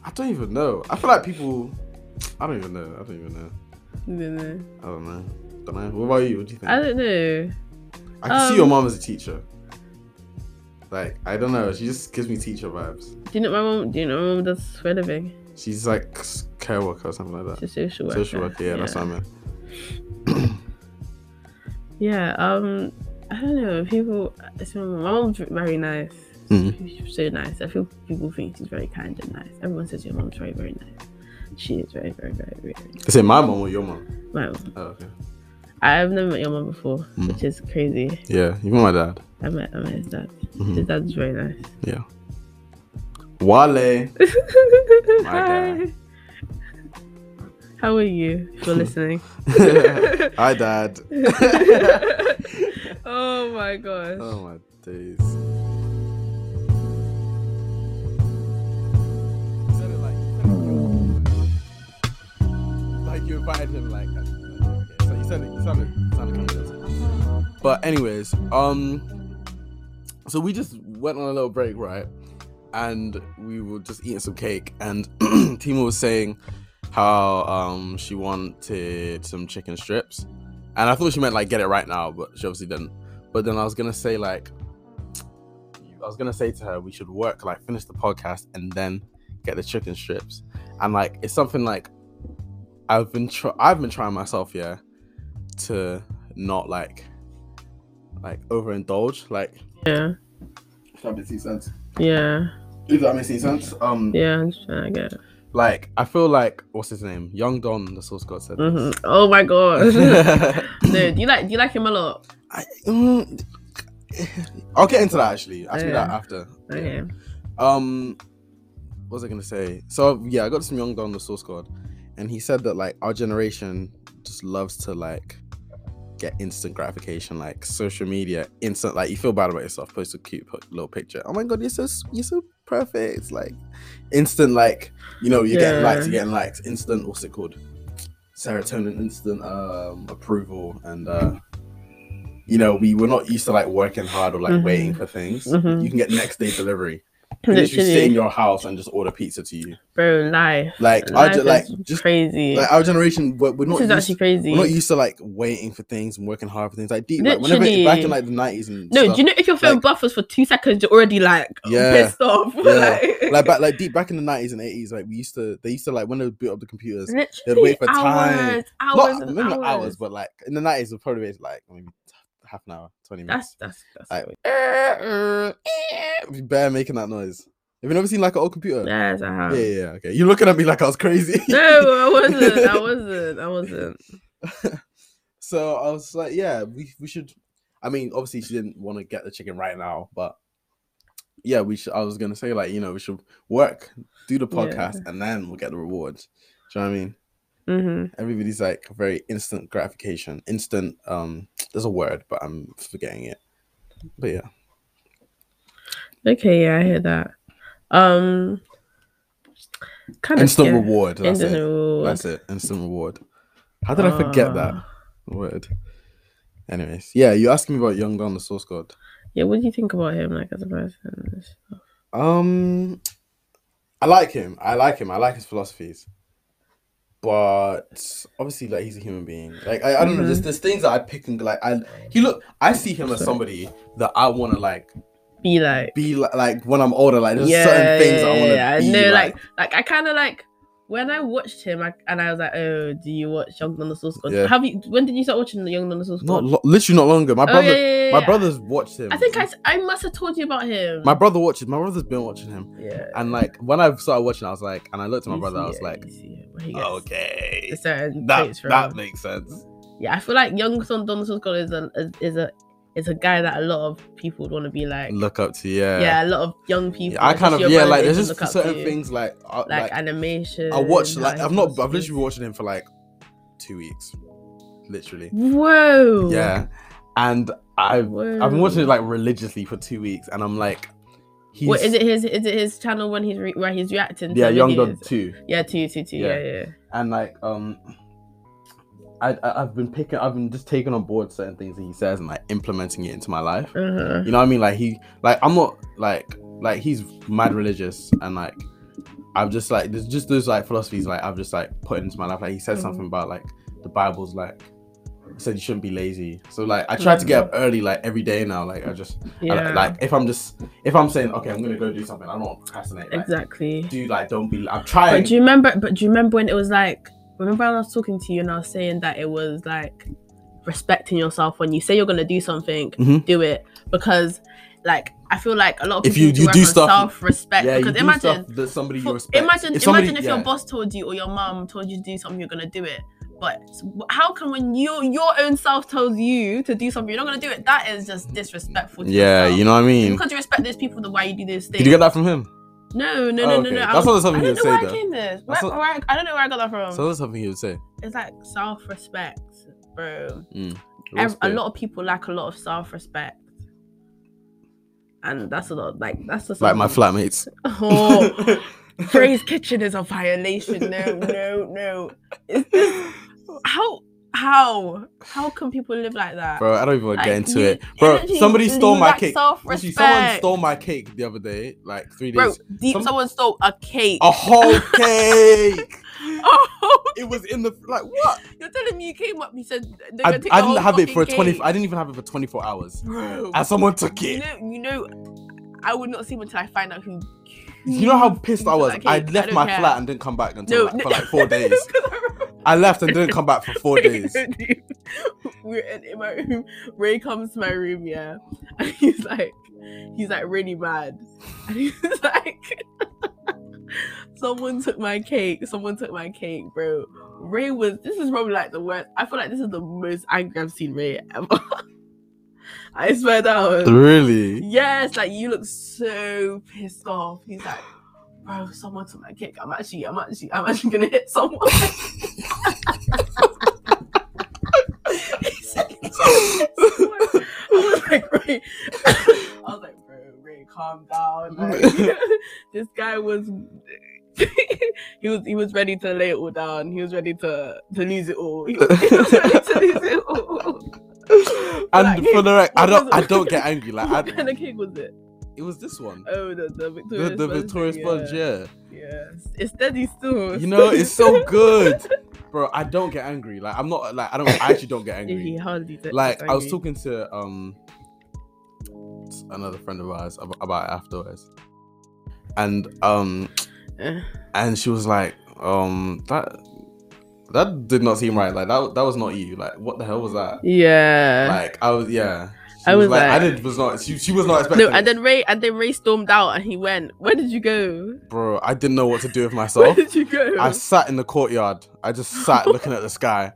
[SPEAKER 2] I don't even know. I feel like people. I don't even know. I don't even know.
[SPEAKER 1] I don't know.
[SPEAKER 2] I don't know. Don't know. What about you? What do you think?
[SPEAKER 1] I
[SPEAKER 2] I,
[SPEAKER 1] don't know.
[SPEAKER 2] can see your
[SPEAKER 1] um,
[SPEAKER 2] mom as a teacher. Like I don't know. She just gives me teacher vibes.
[SPEAKER 1] Do you know what my mom do you know what my mom does for a living?
[SPEAKER 2] She's like s- care worker or something like that.
[SPEAKER 1] She's a social worker.
[SPEAKER 2] Social worker. Yeah, that's what I meant.
[SPEAKER 1] Yeah, um I don't know, people it's my mom. My mom's very nice.
[SPEAKER 2] Mm-hmm.
[SPEAKER 1] She's so nice. I feel people think she's very kind and nice. Everyone says your mom's very, very nice. She is very, very, very, very
[SPEAKER 2] Is it my mom or your mom?
[SPEAKER 1] my mom.
[SPEAKER 2] Oh, okay.
[SPEAKER 1] I've never met your mum before,
[SPEAKER 2] Mm.
[SPEAKER 1] which is crazy.
[SPEAKER 2] Yeah, even my dad.
[SPEAKER 1] I met I met his dad.
[SPEAKER 2] Mhm.
[SPEAKER 1] His dad's very nice.
[SPEAKER 2] Wale.
[SPEAKER 1] Hi.
[SPEAKER 2] guy.
[SPEAKER 1] How are you? If you're listening.
[SPEAKER 2] Hi, dad.
[SPEAKER 1] oh my gosh.
[SPEAKER 2] oh my days. Said it like, like you invited him, like. okay, So you said it. You sounded, you sounded kind of guilty. But anyways, um, so we just went on a little break, right? And we were just eating some cake, and Tima was saying how um she wanted some chicken strips, and I thought she meant like get it right now, but she obviously didn't. But then I was gonna say like, I was gonna say to her we should work like finish the podcast and then get the chicken strips, and like it's something like I've been tr- I've been trying myself yeah to not like like overindulge like.
[SPEAKER 1] Yeah.
[SPEAKER 2] If that makes any sense.
[SPEAKER 1] Yeah.
[SPEAKER 2] If that makes any sense. Um,
[SPEAKER 1] Yeah. I'm just trying to get it.
[SPEAKER 2] like I feel like what's his name? Young Don, the source god said. this.
[SPEAKER 1] Mhm. Oh my gosh. Dude, do you like do you like him a lot?
[SPEAKER 2] I, mm, I'll get into that actually. Ask me
[SPEAKER 1] Yeah.
[SPEAKER 2] that after. Yeah.
[SPEAKER 1] Okay.
[SPEAKER 2] Um, what was I gonna say? So yeah, I got some young Don the Source God, and he said that like our generation just loves to like get instant gratification, like social media, instant. Like you feel bad about yourself, post a cute po- little picture. Oh my god, you're so s- you're so perfect. It's like instant, like you know, you're getting
[SPEAKER 1] Yeah.
[SPEAKER 2] likes, you're getting likes. Instant, what's it called? Serotonin, instant um approval, and uh you know, we were not used to like working hard or like
[SPEAKER 1] Mhm.
[SPEAKER 2] waiting for things.
[SPEAKER 1] Mhm.
[SPEAKER 2] You can get next day delivery can literally sit in
[SPEAKER 1] Literally,
[SPEAKER 2] your house and just order pizza to you.
[SPEAKER 1] bro, life.
[SPEAKER 2] Like I
[SPEAKER 1] life
[SPEAKER 2] just like
[SPEAKER 1] is
[SPEAKER 2] just
[SPEAKER 1] crazy.
[SPEAKER 2] like our generation, we're, we're
[SPEAKER 1] this
[SPEAKER 2] not
[SPEAKER 1] is
[SPEAKER 2] used,
[SPEAKER 1] actually crazy.
[SPEAKER 2] we're not used to like waiting for things and working hard for things. Like deep, like whenever back
[SPEAKER 1] Literally.
[SPEAKER 2] in like the nineties and
[SPEAKER 1] no,
[SPEAKER 2] stuff,
[SPEAKER 1] do you know if your phone
[SPEAKER 2] like-
[SPEAKER 1] buffers for two seconds, you're already like
[SPEAKER 2] Yeah.
[SPEAKER 1] pissed off.
[SPEAKER 2] Yeah.
[SPEAKER 1] like,
[SPEAKER 2] like back like deep back in the nineties and eighties, like we used to they used to like when they would boot up the computers,
[SPEAKER 1] literally
[SPEAKER 2] wait for time.
[SPEAKER 1] hours, hours,
[SPEAKER 2] not
[SPEAKER 1] and
[SPEAKER 2] maybe
[SPEAKER 1] hours.
[SPEAKER 2] not hours, but like in the nineties it would probably be like maybe half an hour, twenty minutes.
[SPEAKER 1] that's that's that's
[SPEAKER 2] Like, That's... Bear making that noise. Have you never seen like an old computer?
[SPEAKER 1] yes, I have.
[SPEAKER 2] Yeah, yeah, yeah, okay. You're looking at me like I was crazy.
[SPEAKER 1] No, I wasn't. I wasn't. I wasn't.
[SPEAKER 2] so I was like, yeah, we, we should. I mean, obviously, she didn't want to get the chicken right now, but yeah, we should. I was gonna say like, you know, we should work, do the
[SPEAKER 1] Yeah.
[SPEAKER 2] podcast, and then we'll get the rewards. Do you know what I mean?
[SPEAKER 1] hmm
[SPEAKER 2] Everybody's like very instant gratification, instant. Um, there's a word, but I'm forgetting it. But yeah,
[SPEAKER 1] Okay, yeah, I hear that. Um, kind of
[SPEAKER 2] instant
[SPEAKER 1] yeah,
[SPEAKER 2] reward. That's
[SPEAKER 1] Instant
[SPEAKER 2] it.
[SPEAKER 1] reward.
[SPEAKER 2] That's it. Instant reward. How did I forget that
[SPEAKER 1] Ah.
[SPEAKER 2] word? Anyways, yeah, you asking me about Young Don the Source God.
[SPEAKER 1] Yeah, what do you think about him, like as a person?
[SPEAKER 2] Um, I like him. I like him. I like his philosophies. But obviously, like he's a human being. Like I, I don't know.
[SPEAKER 1] Mm-hmm.
[SPEAKER 2] There's, there's things that I pick and like I. He look. I see him as
[SPEAKER 1] Sorry.
[SPEAKER 2] somebody that I want to like
[SPEAKER 1] Be like,
[SPEAKER 2] be like, like when I'm older. Like there's
[SPEAKER 1] yeah,
[SPEAKER 2] certain things
[SPEAKER 1] yeah,
[SPEAKER 2] I want to
[SPEAKER 1] yeah, I
[SPEAKER 2] be
[SPEAKER 1] know,
[SPEAKER 2] like.
[SPEAKER 1] like, like I kind of like when I watched him, I, and I was like, oh, do you watch Young Don the Source Squad?
[SPEAKER 2] Yeah.
[SPEAKER 1] Have you? When did you start watching the Young Don the Source
[SPEAKER 2] Not
[SPEAKER 1] Squad?
[SPEAKER 2] lo- literally not longer. My
[SPEAKER 1] oh
[SPEAKER 2] brother.
[SPEAKER 1] yeah, yeah, yeah,
[SPEAKER 2] My
[SPEAKER 1] yeah.
[SPEAKER 2] brother's watched him.
[SPEAKER 1] I think I, s- I must have told you about him.
[SPEAKER 2] My brother watches. My brother's been watching him,
[SPEAKER 1] yeah.
[SPEAKER 2] and like when I started watching, I was like, and I looked at my
[SPEAKER 1] you
[SPEAKER 2] brother.
[SPEAKER 1] see
[SPEAKER 2] I was
[SPEAKER 1] it,
[SPEAKER 2] like, oh,
[SPEAKER 1] you see it, where he gets
[SPEAKER 2] okay,
[SPEAKER 1] the certain
[SPEAKER 2] that
[SPEAKER 1] traits from.
[SPEAKER 2] that makes sense.
[SPEAKER 1] yeah, I feel like Young Son Don Scott is a is a is a guy that a lot of people would want to be like.
[SPEAKER 2] Look up to
[SPEAKER 1] yeah, a lot of young people.
[SPEAKER 2] I kind
[SPEAKER 1] especially
[SPEAKER 2] of
[SPEAKER 1] your
[SPEAKER 2] yeah,
[SPEAKER 1] brothers,
[SPEAKER 2] like
[SPEAKER 1] they
[SPEAKER 2] there's
[SPEAKER 1] can
[SPEAKER 2] just
[SPEAKER 1] look up
[SPEAKER 2] certain
[SPEAKER 1] to.
[SPEAKER 2] things like I,
[SPEAKER 1] like,
[SPEAKER 2] like,
[SPEAKER 1] animation.
[SPEAKER 2] I watched
[SPEAKER 1] how
[SPEAKER 2] like
[SPEAKER 1] he
[SPEAKER 2] I've not
[SPEAKER 1] does
[SPEAKER 2] I've literally
[SPEAKER 1] things.
[SPEAKER 2] been watching him for like two weeks, literally.
[SPEAKER 1] Whoa.
[SPEAKER 2] Yeah, and I've I've been watching it
[SPEAKER 1] Whoa.
[SPEAKER 2] like religiously for two weeks, and I'm like, he's
[SPEAKER 1] What is it? His is it his channel when he's re- where he's reacting?
[SPEAKER 2] Yeah,
[SPEAKER 1] to
[SPEAKER 2] Young
[SPEAKER 1] videos?
[SPEAKER 2] Dog too,
[SPEAKER 1] Yeah, two, two, two.
[SPEAKER 2] Yeah.
[SPEAKER 1] Yeah, yeah.
[SPEAKER 2] and like um. I, I- I've been picking, I've been just taking on board certain things that he says and like implementing it into my life.
[SPEAKER 1] Uh-huh.
[SPEAKER 2] You know what I mean? Like he, like I'm not like like he's mad religious and like I've just like there's just those like philosophies like I've just like put into my life. Like he said
[SPEAKER 1] Mhm.
[SPEAKER 2] something about like the Bible's like it said you shouldn't be lazy. So like I try to get up earli like every day now. Like I just I-
[SPEAKER 1] Mm. Yeah.
[SPEAKER 2] like if I'm just if I'm saying okay I'm gonna go do something I don't want to procrastinate. Like,
[SPEAKER 1] exactly.
[SPEAKER 2] Do like don't be. I'm
[SPEAKER 1] But
[SPEAKER 2] trying.
[SPEAKER 1] do you remember? But do you remember when it was like? Remember when I was talking to you and I was saying that it was like respecting yourself when you say you're gonna do something,
[SPEAKER 2] Mhm.
[SPEAKER 1] do it because, like, I feel like a lot of
[SPEAKER 2] If
[SPEAKER 1] people
[SPEAKER 2] you-
[SPEAKER 1] need to
[SPEAKER 2] you
[SPEAKER 1] work
[SPEAKER 2] do
[SPEAKER 1] on
[SPEAKER 2] stuff-
[SPEAKER 1] self-respect
[SPEAKER 2] yeah, you
[SPEAKER 1] because
[SPEAKER 2] do
[SPEAKER 1] imagine
[SPEAKER 2] stuff that somebody you
[SPEAKER 1] For-
[SPEAKER 2] respect.
[SPEAKER 1] Imagine,
[SPEAKER 2] somebody-
[SPEAKER 1] imagine if
[SPEAKER 2] yeah.
[SPEAKER 1] your boss told you or your mom told you to do something, you're gonna do it. But how can when your your own self tells you to do something, you're not gonna do it? That is just disrespectful. To
[SPEAKER 2] Yeah,
[SPEAKER 1] yourself.
[SPEAKER 2] you know what I mean.
[SPEAKER 1] Because you respect those people, the why you do those things.
[SPEAKER 2] Did you get that from him?
[SPEAKER 1] No, no, no,
[SPEAKER 2] Oh,
[SPEAKER 1] no,
[SPEAKER 2] okay.
[SPEAKER 1] no. I
[SPEAKER 2] That's
[SPEAKER 1] was-
[SPEAKER 2] not something
[SPEAKER 1] I
[SPEAKER 2] you
[SPEAKER 1] don't
[SPEAKER 2] would
[SPEAKER 1] know where
[SPEAKER 2] say,
[SPEAKER 1] I
[SPEAKER 2] though.
[SPEAKER 1] came this. Where,
[SPEAKER 2] That's not-
[SPEAKER 1] where I, I don't know where I got that from.
[SPEAKER 2] So that's something he would say.
[SPEAKER 1] it's like self-respect, bro. Ev-
[SPEAKER 2] Respect.
[SPEAKER 1] a lot of people lack a lot of self-respect, and that's a lot. Like that's just
[SPEAKER 2] Like my flatmates.
[SPEAKER 1] Oh, Praise Kitchen is a violation. No, no, no. Is this how how how can people live like that?
[SPEAKER 2] Bro, I don't even want to
[SPEAKER 1] Like,
[SPEAKER 2] get into
[SPEAKER 1] you-
[SPEAKER 2] it. Bro,
[SPEAKER 1] energy,
[SPEAKER 2] somebody stole
[SPEAKER 1] you
[SPEAKER 2] my
[SPEAKER 1] lack
[SPEAKER 2] cake. Literally,
[SPEAKER 1] Self-respect.
[SPEAKER 2] someone stole my cake the other day, like three
[SPEAKER 1] Bro,
[SPEAKER 2] days.
[SPEAKER 1] deep,
[SPEAKER 2] some-
[SPEAKER 1] someone stole a cake.
[SPEAKER 2] A whole cake.
[SPEAKER 1] Oh,
[SPEAKER 2] it was in the like what?
[SPEAKER 1] you're telling me you came up. You said they're
[SPEAKER 2] I,
[SPEAKER 1] gonna take
[SPEAKER 2] I
[SPEAKER 1] the
[SPEAKER 2] didn't
[SPEAKER 1] whole
[SPEAKER 2] have it for
[SPEAKER 1] fucking
[SPEAKER 2] twenty.
[SPEAKER 1] cake.
[SPEAKER 2] I didn't even have it for twenty four hours,
[SPEAKER 1] Bro,
[SPEAKER 2] and someone took
[SPEAKER 1] you
[SPEAKER 2] it.
[SPEAKER 1] know, you know, I would not see him until I find out who.
[SPEAKER 2] You know how pissed I
[SPEAKER 1] Mm-hmm. took
[SPEAKER 2] was.
[SPEAKER 1] that
[SPEAKER 2] I
[SPEAKER 1] cake? I
[SPEAKER 2] left
[SPEAKER 1] don't
[SPEAKER 2] my
[SPEAKER 1] care.
[SPEAKER 2] flat and didn't come back until like, for like four days.
[SPEAKER 1] 'Cause I remember
[SPEAKER 2] I left and didn't come back for four days.
[SPEAKER 1] We're in, in my room. Ray comes to my room, yeah, and he's like, he's like really mad, and he's like, someone took my cake. Someone took my cake, bro. Ray was. This is probably like the worst. I feel like this is the most angry I've seen Ray ever. I swear that was.
[SPEAKER 2] Really?
[SPEAKER 1] Yes, like you look so pissed off. He's like, bro, someone took my kick. I'm actually, I'm actually, I'm actually gonna hit someone. He said he took my kick. I was like, Ray, I was like, bro, Ray, calm down. Like, this guy was, he was, he was ready to lay it all down. He was ready to to lose it all. He was, he was ready to lose it all.
[SPEAKER 2] And for the rec- I
[SPEAKER 1] what
[SPEAKER 2] don't
[SPEAKER 1] was
[SPEAKER 2] I
[SPEAKER 1] it?
[SPEAKER 2] don't get angry. Like
[SPEAKER 1] What kind
[SPEAKER 2] I,
[SPEAKER 1] of kick was it?
[SPEAKER 2] it was this one.
[SPEAKER 1] Oh, the, the Victoria
[SPEAKER 2] The, the Victoria sponge, yeah.
[SPEAKER 1] Yes, it's steady still.
[SPEAKER 2] You know, it's so good. Bro, I don't get angry. Like I'm not like I don't I actually don't get
[SPEAKER 1] he
[SPEAKER 2] angry.
[SPEAKER 1] hardly gets
[SPEAKER 2] Like I was
[SPEAKER 1] angry.
[SPEAKER 2] talking to um another friend of ours ab- about it afterwards. And um
[SPEAKER 1] Eh.
[SPEAKER 2] and she was like, um that that did not seem right. Like that that was not you. Like what the hell was that?
[SPEAKER 1] Yeah.
[SPEAKER 2] Like I was yeah. She
[SPEAKER 1] I
[SPEAKER 2] was
[SPEAKER 1] was
[SPEAKER 2] like, I
[SPEAKER 1] like-
[SPEAKER 2] did was not she, she was not expecting
[SPEAKER 1] no,
[SPEAKER 2] it.
[SPEAKER 1] and then Ray and then Ray stormed out and he went. Where did you go?
[SPEAKER 2] Bro, I didn't know what to do with
[SPEAKER 1] Where
[SPEAKER 2] myself.
[SPEAKER 1] did you go?
[SPEAKER 2] I sat in the courtyard. I just sat looking at the sky.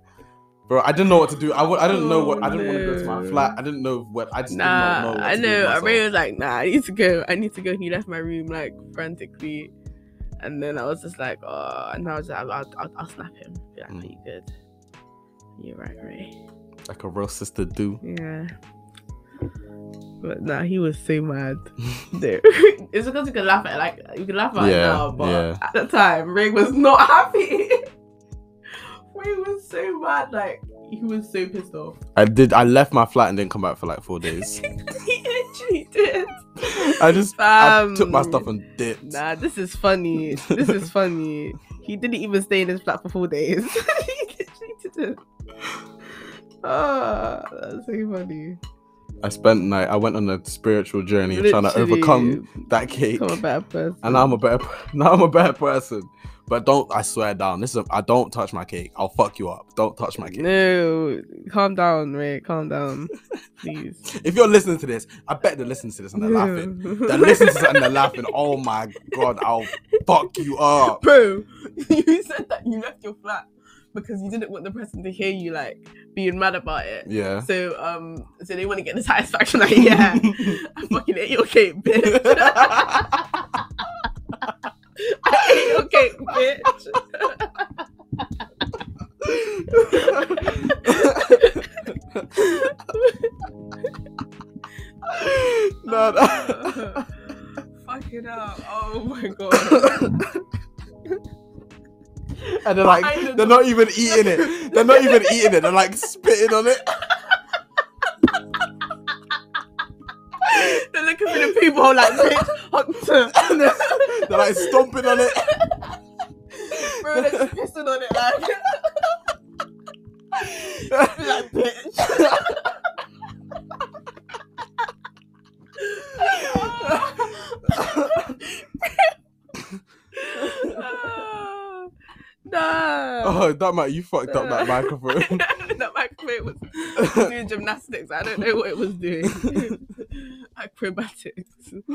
[SPEAKER 2] Bro, I didn't know what to do. I w- I didn't know what. I didn't want to go to my
[SPEAKER 1] Oh,
[SPEAKER 2] flat. I didn't know what. I just
[SPEAKER 1] nah,
[SPEAKER 2] didn't know. What
[SPEAKER 1] I
[SPEAKER 2] to do with
[SPEAKER 1] know.
[SPEAKER 2] myself.
[SPEAKER 1] Ray was like, nah, I need to go. I need to go. He left my room like frantically, and then I was just like, oh, and I was like, I'll, I'll, I'll snap him. Be like,
[SPEAKER 2] Mm.
[SPEAKER 1] are you good? You're right, Ray.
[SPEAKER 2] Like a real sister do.
[SPEAKER 1] Yeah. But nah, he was so mad. No. it's because you can laugh at like you can laugh at it
[SPEAKER 2] Yeah,
[SPEAKER 1] now, but
[SPEAKER 2] yeah.
[SPEAKER 1] at the time Ray was not happy. Ray was so mad, like he was so pissed off.
[SPEAKER 2] I did. I left my flat and didn't come back for like four days.
[SPEAKER 1] he literally did.
[SPEAKER 2] I just I took my
[SPEAKER 1] Fam.
[SPEAKER 2] stuff and dipped.
[SPEAKER 1] Um, Nah, this is funny. This is funny. He didn't even stay in his flat for four days. he literally didn't. Ah, that's so funny.
[SPEAKER 2] I spent night. I went on a spiritual journey of trying to
[SPEAKER 1] Literally
[SPEAKER 2] overcome that cake.
[SPEAKER 1] become a bad person.
[SPEAKER 2] And now I'm a better. Now I'm a better person. But don't. I swear down. This is. A, I don't touch my cake. I'll fuck you up. Don't touch my cake.
[SPEAKER 1] No, calm down, Ray. Calm down, please.
[SPEAKER 2] If you're listening to this, I bet they're listening to this and they're laughing. They're listening to this and they're laughing. Oh my god, I'll fuck you up.
[SPEAKER 1] Bro, you said that you left your flat because you didn't want the person to hear you like being mad about it.
[SPEAKER 2] Yeah.
[SPEAKER 1] So um, so they want to get the satisfaction like, yeah, I fucking ate your cake, bitch. I ate your cake, bitch.
[SPEAKER 2] no, no.
[SPEAKER 1] Fuck it up. Oh my god.
[SPEAKER 2] And they're like, they're not even eating it. They're not even eating it. They're like spitting on it.
[SPEAKER 1] They're looking for the people like, bitch,
[SPEAKER 2] And
[SPEAKER 1] Hunter.
[SPEAKER 2] they're, they're like stomping on it.
[SPEAKER 1] Bro, they're just pissing on it like. like, bitch. nah.
[SPEAKER 2] Oh, that might you fucked up that microphone.
[SPEAKER 1] that microwave was was doing gymnastics. I don't know what it was doing. Acrobatics.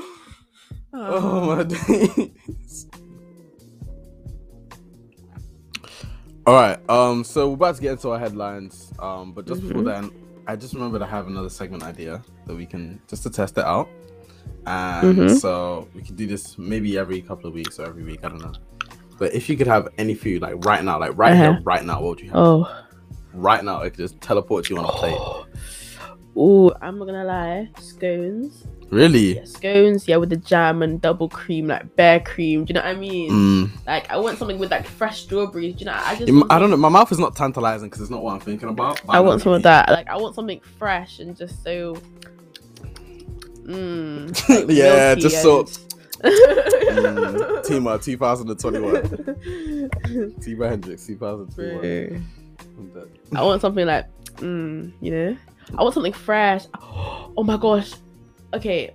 [SPEAKER 2] Oh my days. All right. Um. So we're about to get into our headlines. Um. But just before
[SPEAKER 1] Mhm.
[SPEAKER 2] then, I just remembered I have another segment idea that we can just to test it out, and
[SPEAKER 1] Mhm.
[SPEAKER 2] so we can do this maybe every couple of weeks or every week. I don't know. But if you could have any food like right now, like right
[SPEAKER 1] Uh-huh.
[SPEAKER 2] here, right now, what would you have?
[SPEAKER 1] Oh.
[SPEAKER 2] Right now, it could just teleport you on a plate.
[SPEAKER 1] Ooh, I'm not gonna lie. Scones.
[SPEAKER 2] Really?
[SPEAKER 1] Yeah, scones, yeah, with the jam and double cream, like bear cream. Do you know what I mean?
[SPEAKER 2] Mm.
[SPEAKER 1] Like I want something with like fresh strawberries. Do you know? I just
[SPEAKER 2] Im-
[SPEAKER 1] want
[SPEAKER 2] I don't know. My mouth is not tantalizing because it's not what I'm thinking about. but
[SPEAKER 1] I
[SPEAKER 2] I'm
[SPEAKER 1] want some of
[SPEAKER 2] gonna
[SPEAKER 1] that. Like I want something fresh and just so. Mm,
[SPEAKER 2] eat it. yeah,
[SPEAKER 1] milky
[SPEAKER 2] just so.
[SPEAKER 1] and-
[SPEAKER 2] Mm, Tima 2021. Tima Hendrix 2021.
[SPEAKER 1] Bro,
[SPEAKER 2] I'm dead.
[SPEAKER 1] I want something like, mm, you know, I want something fresh. Oh my gosh. Okay,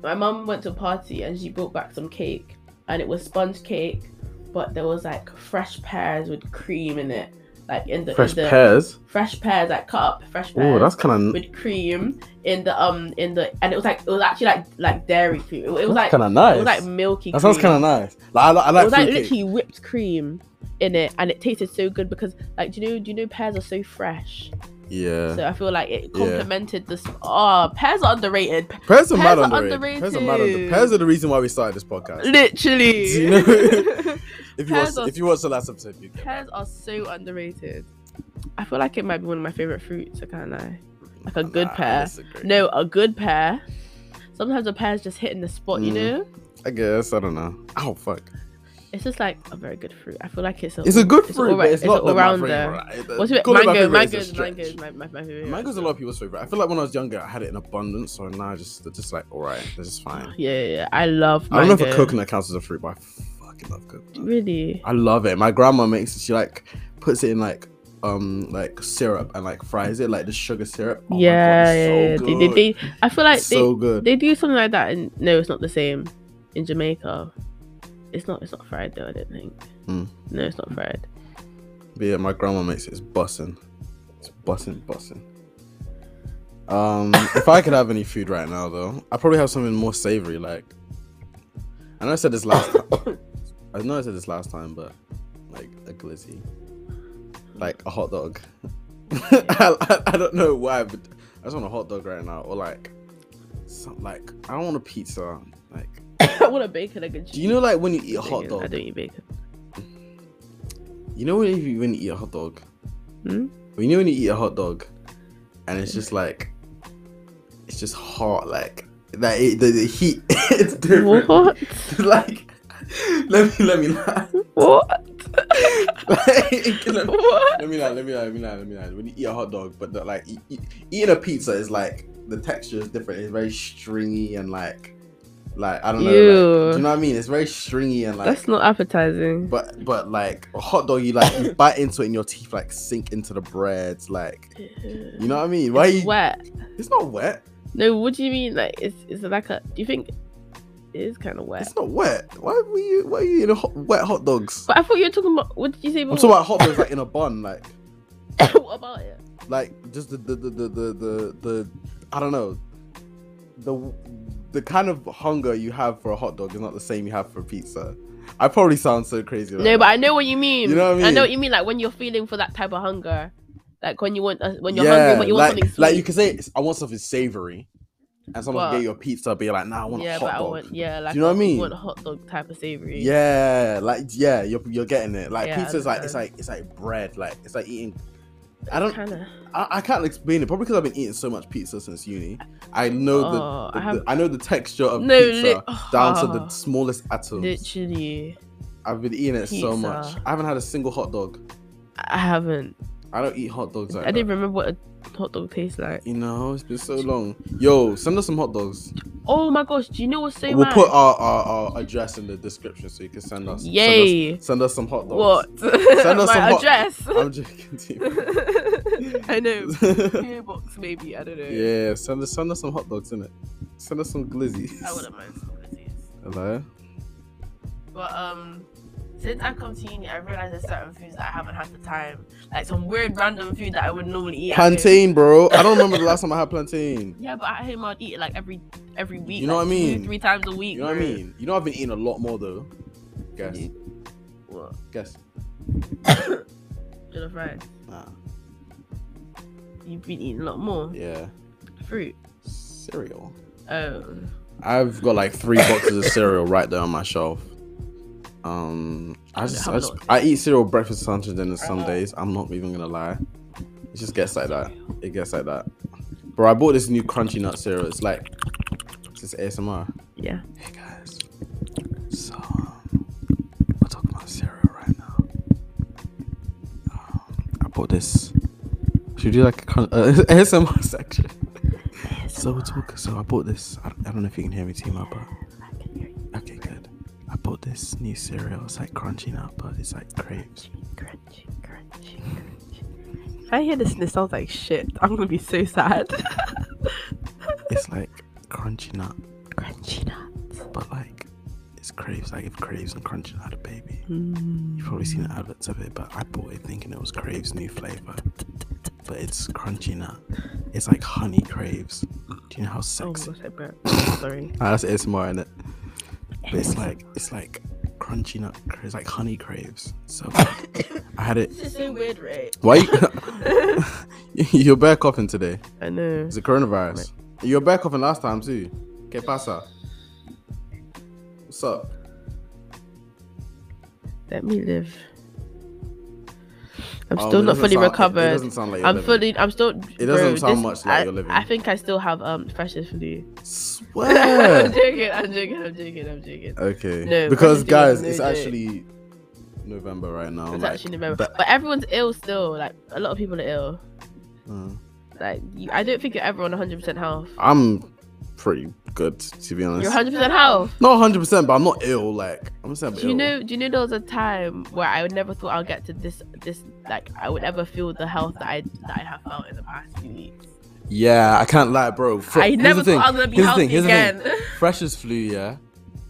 [SPEAKER 1] my mum went to a party and she brought back some cake, and it was sponge cake, but there was like fresh pears with cream in it, like in the
[SPEAKER 2] Fresh
[SPEAKER 1] in the,
[SPEAKER 2] pears.
[SPEAKER 1] fresh pears, like cut up fresh pears.
[SPEAKER 2] Oh, that's kind of
[SPEAKER 1] with cream in the um in the and it was like it was actually like like dairy cream. It, it was like
[SPEAKER 2] kind of
[SPEAKER 1] it was like
[SPEAKER 2] nice.
[SPEAKER 1] milky.
[SPEAKER 2] That sounds
[SPEAKER 1] cream.
[SPEAKER 2] kind of nice. Like I, li- I like
[SPEAKER 1] it was like
[SPEAKER 2] fruitcake.
[SPEAKER 1] literally whipped cream in it, and it tasted so good because like do you know do you know pears are so fresh,
[SPEAKER 2] Yeah.
[SPEAKER 1] so I feel like it
[SPEAKER 2] Yeah.
[SPEAKER 1] complemented this. Oh, pears are underrated.
[SPEAKER 2] Pears are mad
[SPEAKER 1] Pears are
[SPEAKER 2] underrated. Pears are mad under-
[SPEAKER 1] underrated.
[SPEAKER 2] Pears are the reason why we started this podcast.
[SPEAKER 1] Literally,
[SPEAKER 2] Do you know- If you
[SPEAKER 1] Pears
[SPEAKER 2] watch,
[SPEAKER 1] are-
[SPEAKER 2] if you watch the last episode, you get
[SPEAKER 1] pears are so underrated. I feel like it might be one of my favorite fruits. I can't lie. Like a
[SPEAKER 2] Nah,
[SPEAKER 1] good
[SPEAKER 2] I
[SPEAKER 1] pear.
[SPEAKER 2] disagree.
[SPEAKER 1] No, a good pear. Sometimes a pear's just hitting the spot, you
[SPEAKER 2] Mm.
[SPEAKER 1] know.
[SPEAKER 2] I guess I don't know. Oh fuck!
[SPEAKER 1] It's just like a very good fruit. I feel like it's a,
[SPEAKER 2] It's a good
[SPEAKER 1] it's
[SPEAKER 2] fruit, but
[SPEAKER 1] alright-
[SPEAKER 2] it's, not the
[SPEAKER 1] all-rounder.
[SPEAKER 2] favorite.
[SPEAKER 1] What's it?
[SPEAKER 2] Call it my
[SPEAKER 1] Mango,
[SPEAKER 2] favorite is a
[SPEAKER 1] mango, is-
[SPEAKER 2] stretch.
[SPEAKER 1] mango is my, my, my favorite.
[SPEAKER 2] Mango's a lot of people's favorite. I feel like when I was younger, I had it in abundance, so now I just they're just like, all right, this is fine.
[SPEAKER 1] Yeah, yeah, yeah. I love.
[SPEAKER 2] I don't
[SPEAKER 1] Mango.
[SPEAKER 2] know if a coconut Oh counts as a fruit, but I fucking love coconut.
[SPEAKER 1] Really?
[SPEAKER 2] I love it. My grandma makes it. She like puts it in like um like syrup and like fries it like the sugar syrup. Oh my God,
[SPEAKER 1] yeah, yeah, yeah.
[SPEAKER 2] it's so
[SPEAKER 1] They,
[SPEAKER 2] good.
[SPEAKER 1] they, they, I feel like
[SPEAKER 2] It's so good.
[SPEAKER 1] they, they do something like that. In, no, it's not the same in Jamaica. It's not. It's not fried though. I don't think.
[SPEAKER 2] Mm.
[SPEAKER 1] No, it's not fried.
[SPEAKER 2] But yeah, my grandma makes it. It's bussing. It's bussing, bussing. Um, if I could have any food right now, though, I probably have something more savory. Like, I know I said this last. time. I know I said this last time, but like a glizzy, like a hot dog. I, I, I don't know why, but I just want a hot dog right now, or like, some like I don't want a pizza. Like,
[SPEAKER 1] I want a bacon egg and cheese.
[SPEAKER 2] do you know like when you eat a
[SPEAKER 1] Bacon.
[SPEAKER 2] hot
[SPEAKER 1] I
[SPEAKER 2] dog?
[SPEAKER 1] don't eat bacon.
[SPEAKER 2] You know when you when you eat a hot dog,
[SPEAKER 1] Hmm?
[SPEAKER 2] when you when you eat a hot dog, and it's just like, it's just hot, like that it, the, the heat, it's different.
[SPEAKER 1] What?
[SPEAKER 2] like, let me let me lie.
[SPEAKER 1] What?
[SPEAKER 2] Like, let, me-
[SPEAKER 1] What?
[SPEAKER 2] let me lie, let me lie, let me lie, let me lie. When you eat a hot dog, but the, like e- e- eating a pizza is like the texture is different. It's very stringy and like, like I don't know. like- do
[SPEAKER 1] Ew.
[SPEAKER 2] you know what I mean? It's very stringy and like.
[SPEAKER 1] That's not appetizing.
[SPEAKER 2] But but like a hot dog, you like you bite into it and your teeth like sink into the breads, like you know what I mean? Why
[SPEAKER 1] It's
[SPEAKER 2] you?
[SPEAKER 1] wet?
[SPEAKER 2] It's not wet.
[SPEAKER 1] No, what do you mean? Like, it's is it like a? Do you think it is kind of wet?
[SPEAKER 2] It's not wet. Why were you? Why are you eating hot, wet hot dogs?
[SPEAKER 1] But I thought you were talking about. What did you say?
[SPEAKER 2] I'm talking about hot dogs like in a bun, like
[SPEAKER 1] about, what about it?
[SPEAKER 2] like just the the the the the, the, the I don't know the the kind of hunger you have for a hot dog is not the same you have for pizza. I probably sound so crazy. right
[SPEAKER 1] No, but
[SPEAKER 2] now.
[SPEAKER 1] I know what you mean.
[SPEAKER 2] You know what I mean?
[SPEAKER 1] know what you mean. Like when you're feeling for that type of hunger, like when you want uh, when you're
[SPEAKER 2] yeah,
[SPEAKER 1] hungry, but you want
[SPEAKER 2] like,
[SPEAKER 1] something sweet.
[SPEAKER 2] like you can say it's- I want something savory, and someone
[SPEAKER 1] But-
[SPEAKER 2] can get you a pizza, but you're like, nah, I want
[SPEAKER 1] yeah,
[SPEAKER 2] a hot
[SPEAKER 1] but
[SPEAKER 2] dog.
[SPEAKER 1] I want yeah, like
[SPEAKER 2] you know what I mean?
[SPEAKER 1] want a hot dog type of savory.
[SPEAKER 2] Yeah, like yeah, you're you're getting it. Like
[SPEAKER 1] Yeah, I
[SPEAKER 2] pizza's like it's
[SPEAKER 1] understand.
[SPEAKER 2] like it's like bread. Like it's like eating. I don't.
[SPEAKER 1] kind of.
[SPEAKER 2] I, I can't explain it. Probably because I've been eating so much pizza since uni. I know the,
[SPEAKER 1] Oh,
[SPEAKER 2] the-
[SPEAKER 1] I have
[SPEAKER 2] the- I know the texture of
[SPEAKER 1] no
[SPEAKER 2] pizza
[SPEAKER 1] li-
[SPEAKER 2] down to the
[SPEAKER 1] Ah,
[SPEAKER 2] smallest atoms.
[SPEAKER 1] literally.
[SPEAKER 2] I've been eating it so much.
[SPEAKER 1] Pizza.
[SPEAKER 2] I haven't had a single hot dog.
[SPEAKER 1] I haven't.
[SPEAKER 2] I don't eat hot dogs like
[SPEAKER 1] I didn't
[SPEAKER 2] that.
[SPEAKER 1] remember what a hot dog tastes like.
[SPEAKER 2] You know, it's been so long. Yo, send us some hot dogs.
[SPEAKER 1] Oh my gosh! Do you know what's so
[SPEAKER 2] we'll
[SPEAKER 1] mad?
[SPEAKER 2] put our, our, our address in the description so you can send us. send us- Send
[SPEAKER 1] Yay!
[SPEAKER 2] us, some hot dogs.
[SPEAKER 1] What?
[SPEAKER 2] Send us
[SPEAKER 1] my
[SPEAKER 2] some hot-
[SPEAKER 1] address.
[SPEAKER 2] I'm joking. T.
[SPEAKER 1] I know. P.O. box maybe. I don't know.
[SPEAKER 2] Yeah, send us send us some hot dogs in it. Send us some glizzies.
[SPEAKER 1] I wouldn't mind some glizzies.
[SPEAKER 2] Hello.
[SPEAKER 1] But um, since I've come to uni, I realized there's certain foods that I haven't had the time, like some weird random food that I would normally eat. at home.
[SPEAKER 2] Plantain, bro. I don't remember the last time I had plantain.
[SPEAKER 1] Yeah, but at home I'd eat it like every every week.
[SPEAKER 2] You know
[SPEAKER 1] like,
[SPEAKER 2] what I
[SPEAKER 1] two,
[SPEAKER 2] mean?
[SPEAKER 1] three times a week.
[SPEAKER 2] You know what I
[SPEAKER 1] bro.
[SPEAKER 2] mean? You know I've been eating a lot more though. Guess.
[SPEAKER 1] What?
[SPEAKER 2] Guess.
[SPEAKER 1] You're right.
[SPEAKER 2] Nah.
[SPEAKER 1] You've been eating a lot more
[SPEAKER 2] Yeah.
[SPEAKER 1] fruit.
[SPEAKER 2] Cereal.
[SPEAKER 1] Oh,
[SPEAKER 2] I've got like three boxes of cereal right there on my shelf. Um, I just,
[SPEAKER 1] have
[SPEAKER 2] I,
[SPEAKER 1] a Uh-huh.
[SPEAKER 2] just-
[SPEAKER 1] lot.
[SPEAKER 2] I eat cereal breakfast, lunch, and dinner some days. I'm not even gonna lie. It just gets like that. It gets like that. Bro, I bought this new crunchy nut cereal. It's like it's just ASMR.
[SPEAKER 1] yeah.
[SPEAKER 2] Hey guys. So um, we're talking about cereal right now. Um, I bought this. Should we do like a crun- uh, ASMR section? So we're talking. So I bought this. I, I don't know if you can hear me, Tima, but okay, good. I bought this new cereal. It's like crunchy nut, but it's like crepes.
[SPEAKER 1] Crunchy, crunchy, crunchy. If I hear this and it sounds like shit, I'm gonna be so sad.
[SPEAKER 2] It's like crunchy nut,
[SPEAKER 1] crunchy nut.
[SPEAKER 2] but like it's craves. Like if craves and crunchy nut had a baby.
[SPEAKER 1] Mm.
[SPEAKER 2] You've probably seen the adverts of it, but I bought it thinking it was Crave's new flavor. But it's crunchy nut. It's like honey Craves. Do you know how
[SPEAKER 1] Oh my
[SPEAKER 2] sexy?
[SPEAKER 1] gosh, I burped. Sorry.
[SPEAKER 2] Ah, that's ASMR in it. But it's like it's like crunchy nut. Cra- It's like honey Craves. So good. I had it.
[SPEAKER 1] This is so weird, right?
[SPEAKER 2] Why? You, you're bear coughing today.
[SPEAKER 1] I know.
[SPEAKER 2] It's the coronavirus. You were bear coughing last time too. Que pasa? What's up?
[SPEAKER 1] Let me live. I'm
[SPEAKER 2] Um,
[SPEAKER 1] still
[SPEAKER 2] it
[SPEAKER 1] not
[SPEAKER 2] doesn't
[SPEAKER 1] fully
[SPEAKER 2] sound- it-
[SPEAKER 1] recovered.
[SPEAKER 2] It doesn't sound like you're
[SPEAKER 1] I'm
[SPEAKER 2] living.
[SPEAKER 1] fully. I'm still.
[SPEAKER 2] It doesn't
[SPEAKER 1] bro,
[SPEAKER 2] sound
[SPEAKER 1] this-
[SPEAKER 2] much like
[SPEAKER 1] I,
[SPEAKER 2] you're living.
[SPEAKER 1] I think I still have um freshest flu.
[SPEAKER 2] Swear.
[SPEAKER 1] I'm joking. I'm joking. I'm joking. I'm joking.
[SPEAKER 2] Okay.
[SPEAKER 1] No, Wednesday
[SPEAKER 2] because
[SPEAKER 1] was
[SPEAKER 2] guys,
[SPEAKER 1] no
[SPEAKER 2] it's
[SPEAKER 1] day.
[SPEAKER 2] actually November right now.
[SPEAKER 1] It's
[SPEAKER 2] like,
[SPEAKER 1] actually November,
[SPEAKER 2] that-
[SPEAKER 1] but everyone's ill still. Like a lot of people are ill.
[SPEAKER 2] mm.
[SPEAKER 1] Like you, I don't think you're ever on 100 percent health.
[SPEAKER 2] I'm pretty good to be honest.
[SPEAKER 1] You're 100 percent health.
[SPEAKER 2] Not 100, percent but I'm not ill. Like I'm saying, I'm
[SPEAKER 1] Do you
[SPEAKER 2] ill.
[SPEAKER 1] know? Do you know there was a time where I would never thought I'd get to this. This like I would ever feel the health that I that I have felt in the past few weeks.
[SPEAKER 2] Yeah, I can't lie, bro. Fre-
[SPEAKER 1] I
[SPEAKER 2] here's the
[SPEAKER 1] never
[SPEAKER 2] thing.
[SPEAKER 1] thought I was gonna be
[SPEAKER 2] Here's the
[SPEAKER 1] healthy
[SPEAKER 2] thing, here's the thing.
[SPEAKER 1] again.
[SPEAKER 2] Fresh as flu. Yeah,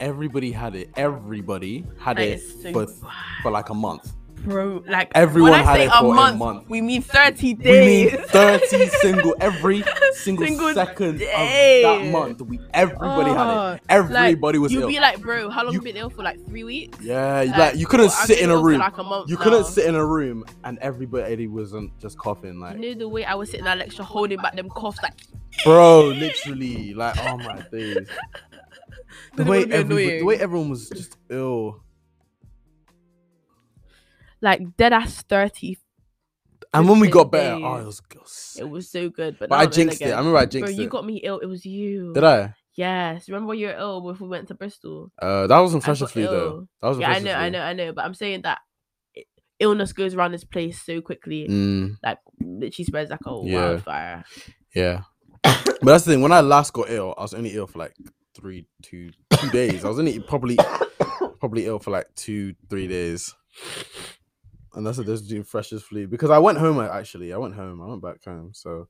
[SPEAKER 2] everybody had it. Everybody had
[SPEAKER 1] That
[SPEAKER 2] it
[SPEAKER 1] is so
[SPEAKER 2] for
[SPEAKER 1] bad.
[SPEAKER 2] for like a month.
[SPEAKER 1] Bro, like
[SPEAKER 2] Everyone
[SPEAKER 1] when I
[SPEAKER 2] had
[SPEAKER 1] say
[SPEAKER 2] it
[SPEAKER 1] a,
[SPEAKER 2] for a
[SPEAKER 1] month,
[SPEAKER 2] month.
[SPEAKER 1] we mean 30
[SPEAKER 2] We mean
[SPEAKER 1] days.
[SPEAKER 2] 30 single every single,
[SPEAKER 1] Single
[SPEAKER 2] second of
[SPEAKER 1] day.
[SPEAKER 2] that month. We everybody had
[SPEAKER 1] Oh,
[SPEAKER 2] it. Everybody was
[SPEAKER 1] You'd
[SPEAKER 2] ill.
[SPEAKER 1] be like, bro, how long
[SPEAKER 2] You-
[SPEAKER 1] you been ill for? Like three weeks.
[SPEAKER 2] yeah, like,
[SPEAKER 1] like,
[SPEAKER 2] you couldn't
[SPEAKER 1] Well, I've
[SPEAKER 2] sit
[SPEAKER 1] been
[SPEAKER 2] in a
[SPEAKER 1] ill for
[SPEAKER 2] room.
[SPEAKER 1] Like a month
[SPEAKER 2] You
[SPEAKER 1] now.
[SPEAKER 2] couldn't sit in a room and everybody wasn't just coughing like,
[SPEAKER 1] You know the way I was sitting in that lecture holding back them coughs, like
[SPEAKER 2] bro, literally, like, oh my days. The
[SPEAKER 1] It
[SPEAKER 2] way,
[SPEAKER 1] would be
[SPEAKER 2] everybody, the
[SPEAKER 1] annoying.
[SPEAKER 2] way everyone was just ill.
[SPEAKER 1] like dead ass thirty.
[SPEAKER 2] And when we got
[SPEAKER 1] Fifteen
[SPEAKER 2] better, oh, it
[SPEAKER 1] days.
[SPEAKER 2] was good. sick.
[SPEAKER 1] It was so good, but,
[SPEAKER 2] But
[SPEAKER 1] now
[SPEAKER 2] I
[SPEAKER 1] I'm ill
[SPEAKER 2] jinxed it.
[SPEAKER 1] again.
[SPEAKER 2] I remember I
[SPEAKER 1] Bro,
[SPEAKER 2] jinxed
[SPEAKER 1] you
[SPEAKER 2] it.
[SPEAKER 1] got me ill. It was you.
[SPEAKER 2] Did I?
[SPEAKER 1] Yes. Remember when you were ill when we went to Bristol?
[SPEAKER 2] Uh, that wasn't fresh
[SPEAKER 1] got
[SPEAKER 2] flu though.
[SPEAKER 1] ill.
[SPEAKER 2] That was
[SPEAKER 1] Yeah, I know, I know, I know. But I'm saying that i- illness goes around this place so quickly,
[SPEAKER 2] Mm,
[SPEAKER 1] like literally spreads like a
[SPEAKER 2] Yeah.
[SPEAKER 1] wildfire.
[SPEAKER 2] yeah. but that's the thing. When I last got ill, I was only ill for like three, two, two days. I was only probably, probably ill for like two, three days. And that's what this doing fresh as flu because I went home uh, actually. I went home. I went back home. So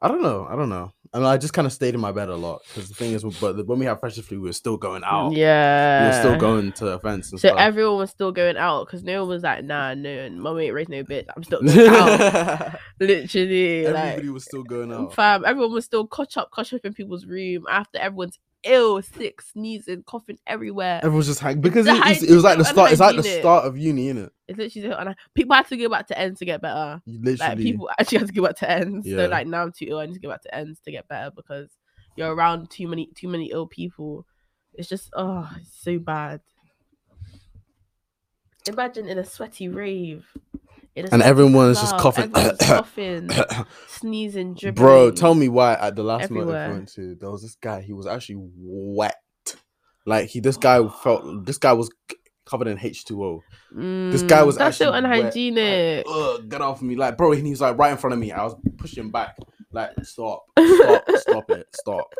[SPEAKER 2] I don't know. I don't know. And I just kind of stayed in my bed a lot because the thing is, but when we had fresh as flu, we were still going out.
[SPEAKER 1] Mm, Yeah.
[SPEAKER 2] We were still going to events and
[SPEAKER 1] Oh. So
[SPEAKER 2] stuff.
[SPEAKER 1] everyone was still going out because no one was like, nah, no, mum ain't raised no bitch. I'm still going out. Literally.
[SPEAKER 2] Everybody
[SPEAKER 1] like,
[SPEAKER 2] was still going out.
[SPEAKER 1] fam, everyone was still cotch up, cotch up in people's room after everyone's ill, sick, sneezing, coughing everywhere.
[SPEAKER 2] Everyone's just hanging because
[SPEAKER 1] The
[SPEAKER 2] it, it's- it was like the
[SPEAKER 1] hygiene-
[SPEAKER 2] start. It's like the
[SPEAKER 1] unhygienic.
[SPEAKER 2] start of uni, innit?
[SPEAKER 1] It's literally, so- and I, people had to go back to ends to get better.
[SPEAKER 2] You
[SPEAKER 1] Like
[SPEAKER 2] literally.
[SPEAKER 1] people actually had to go back to ends.
[SPEAKER 2] Yeah.
[SPEAKER 1] So like now I'm too ill, I need to go back to ends to get better because you're around too many, too many ill people. It's just oh, it's so bad. Imagine in a sweaty rave, in a
[SPEAKER 2] and
[SPEAKER 1] sweaty
[SPEAKER 2] everyone's just
[SPEAKER 1] club,
[SPEAKER 2] coughing.
[SPEAKER 1] everyone's coughing, sneezing, dribbling.
[SPEAKER 2] Bro, tell me why at the last moment I
[SPEAKER 1] everywhere.
[SPEAKER 2] went to, there was this guy. He was actually wet. Like he, this guy felt. This guy was c- covered in H two O. This guy
[SPEAKER 1] Mm,
[SPEAKER 2] was
[SPEAKER 1] that's so
[SPEAKER 2] actually wet, like,
[SPEAKER 1] unhygienic.
[SPEAKER 2] Ugh, get off me, like bro. And he was like right in front of me. I was pushing back. Like stop, stop, stop it, stop.